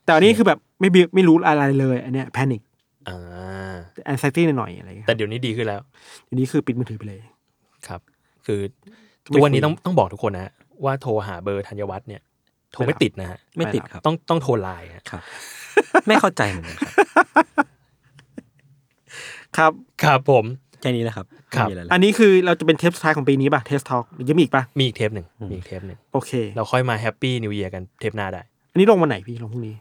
[SPEAKER 3] แต่อันนี้คือแบบไม่บิไม่รู้อะไรเลย อันเนี้ยแพนิค
[SPEAKER 1] อ่า
[SPEAKER 3] แอนไซตี้หน่อยๆอะไรเงี้ย
[SPEAKER 1] แต่เดี๋ยวนี้ดีขึ้นแล้ว
[SPEAKER 3] ทีนี้คือปิดมือถือไปเลย
[SPEAKER 1] ครับ คือ
[SPEAKER 3] ไม่คุย
[SPEAKER 1] ตัวนนี้ต้องต้องบอกทุกคนนะฮะว่าโทรหาเบอร์ธัญวัฒน์เนี่ย โทรไม่ติดนะฮะ
[SPEAKER 2] ไม่ติดครับ
[SPEAKER 1] ต้องต้องโทรไลน์ฮะ
[SPEAKER 2] ครับ ไม่เข้าใจเหมือนกันครับ
[SPEAKER 3] ครับ
[SPEAKER 1] ครับผม
[SPEAKER 2] แค่นี้แหละครับไม่
[SPEAKER 1] ครับ
[SPEAKER 2] มีอะไรแล้ว
[SPEAKER 3] อันนี้คือเราจะเป็นเทปสุดท้ายของปีนี้ป่ะเทสทอล์กยังมีอีกป่ะ
[SPEAKER 1] มีอีกเทปหนึ่งมีอีกเทปหนึ่ง
[SPEAKER 3] โอเค
[SPEAKER 1] เราค่อยมาแฮปปี้นิวเ a ียร์กันเทปหน้าได้
[SPEAKER 3] อันนี้ลงวันไหนพี่ลงพรุ่งนี้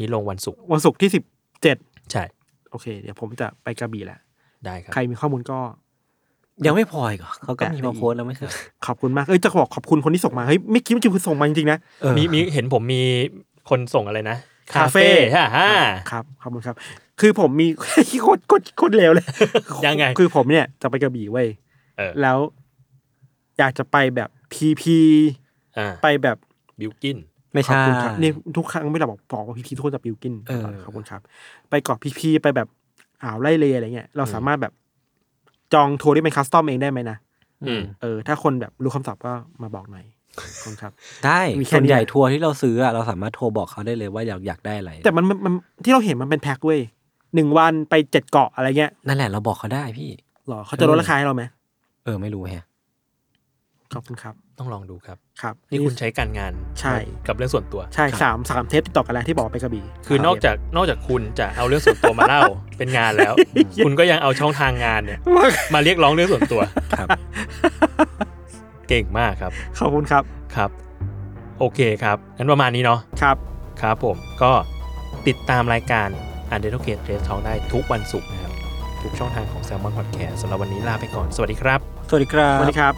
[SPEAKER 1] นี่ลงวันศุกร์
[SPEAKER 3] วันศุกร์ที่สิบเจ็ด
[SPEAKER 1] ใช่
[SPEAKER 3] โอเค เดี๋ยวผมจะไปกระบี่แล้ว
[SPEAKER 1] ได้ครับ
[SPEAKER 3] ใครมีข้อมูลก็
[SPEAKER 2] ยังไม่พออีกเหรอเขาก็มีมาโพสต์แล้วไม่ใช่เหรอ
[SPEAKER 3] ขอบคุณมาก เอ้ยจะบอกขอบคุณคนที่ส่งมา เฮ้ยไม่คิดว่าจะคุณส่งมาจริงๆนะ
[SPEAKER 2] เออ
[SPEAKER 1] มีมีเห็นผมมีคนส่งอะไรนะ
[SPEAKER 3] คาเฟ่
[SPEAKER 1] ฮ่าฮ่า
[SPEAKER 3] ครับ ขอบคุณครับ คือผมมี <laughs> โคตรโคตรโคตรเลวเลย
[SPEAKER 1] <laughs> ยังไง
[SPEAKER 3] คือผมเนี่ยจะไปกระบี่เว้ย
[SPEAKER 1] เออ
[SPEAKER 3] แล้ว อยากจะไปแบบพีพี
[SPEAKER 1] อ่า
[SPEAKER 3] ไปแบบ
[SPEAKER 1] บิวกิน
[SPEAKER 2] ไม่
[SPEAKER 3] ขอบ
[SPEAKER 2] ใช่
[SPEAKER 3] คุณครับนี่ทุกครั้งไม่ได้บอกบอกว่าพีพีทุกคนจะบิวกิน
[SPEAKER 2] เออ
[SPEAKER 3] ขอบคุณครับ ไปเกาะพีพีไปแบบอ่าวไร่เลอะไรเงี้ย เราสามารถแบบจองทัวร์ที่เป็นคัสตอมเองได้ไหมนะ
[SPEAKER 1] อืม
[SPEAKER 3] เออ ถ้าคนแบบรู้คำตอบก็มาบอกหน่อยขอบคุณครับ
[SPEAKER 2] ได้
[SPEAKER 3] มีแค่นี้
[SPEAKER 2] ส่วนใหญ่ทัวร์ที่เราซื้ออะเราสามารถโทรบอกเขาได้เลยว่าอยากอยากได้อะไร
[SPEAKER 3] แต่มันมันมันที่เราเห็นมันเป็นแพ็คเว้ยหนึ่งวันไปเจ็ดเกาะอะไรเงี้ย
[SPEAKER 2] นั่นแหละเราบอกเขาได้พี่
[SPEAKER 3] หรอเขาจะลดราคาให้เราไหม
[SPEAKER 2] เออไม่รู้แฮะ
[SPEAKER 3] ขอบคุณครับ
[SPEAKER 1] ต้องลองดูครับ
[SPEAKER 3] ครับ
[SPEAKER 1] นี่คุณใช้การงาน
[SPEAKER 3] ใช่
[SPEAKER 1] กับเรื่องส่วนตัว
[SPEAKER 3] ใช่สามสามเทปติดต่อกันแล้วที่บอกไปกระบี่
[SPEAKER 1] คือนอกจากนอกจากคุณจะเอาเรื่องส่วนตัวมาเล่า เป็นงานแล้ว คุณก็ยังเอาช่องทางงานเนี่ย มาเรียกร้องเรื่องส่วนตัว
[SPEAKER 2] ครับ
[SPEAKER 1] เก่งมากครับ
[SPEAKER 3] ขอบคุณครับ
[SPEAKER 1] ครับ โอเคครับงั้นประมาณนี้เนาะ
[SPEAKER 3] ครับ
[SPEAKER 1] ครับผมก็ติดตามรายการ u n d e r t a l e Trace Talk ได้ทุกวันศุกร์นะครับ ทุกช่องทางของ Salmon Podcast สำหรับวันนี้ลาไปก่อน สวัสดีครับ
[SPEAKER 2] สวัสดีครั
[SPEAKER 3] ส
[SPEAKER 2] บ
[SPEAKER 3] วัสดีครับ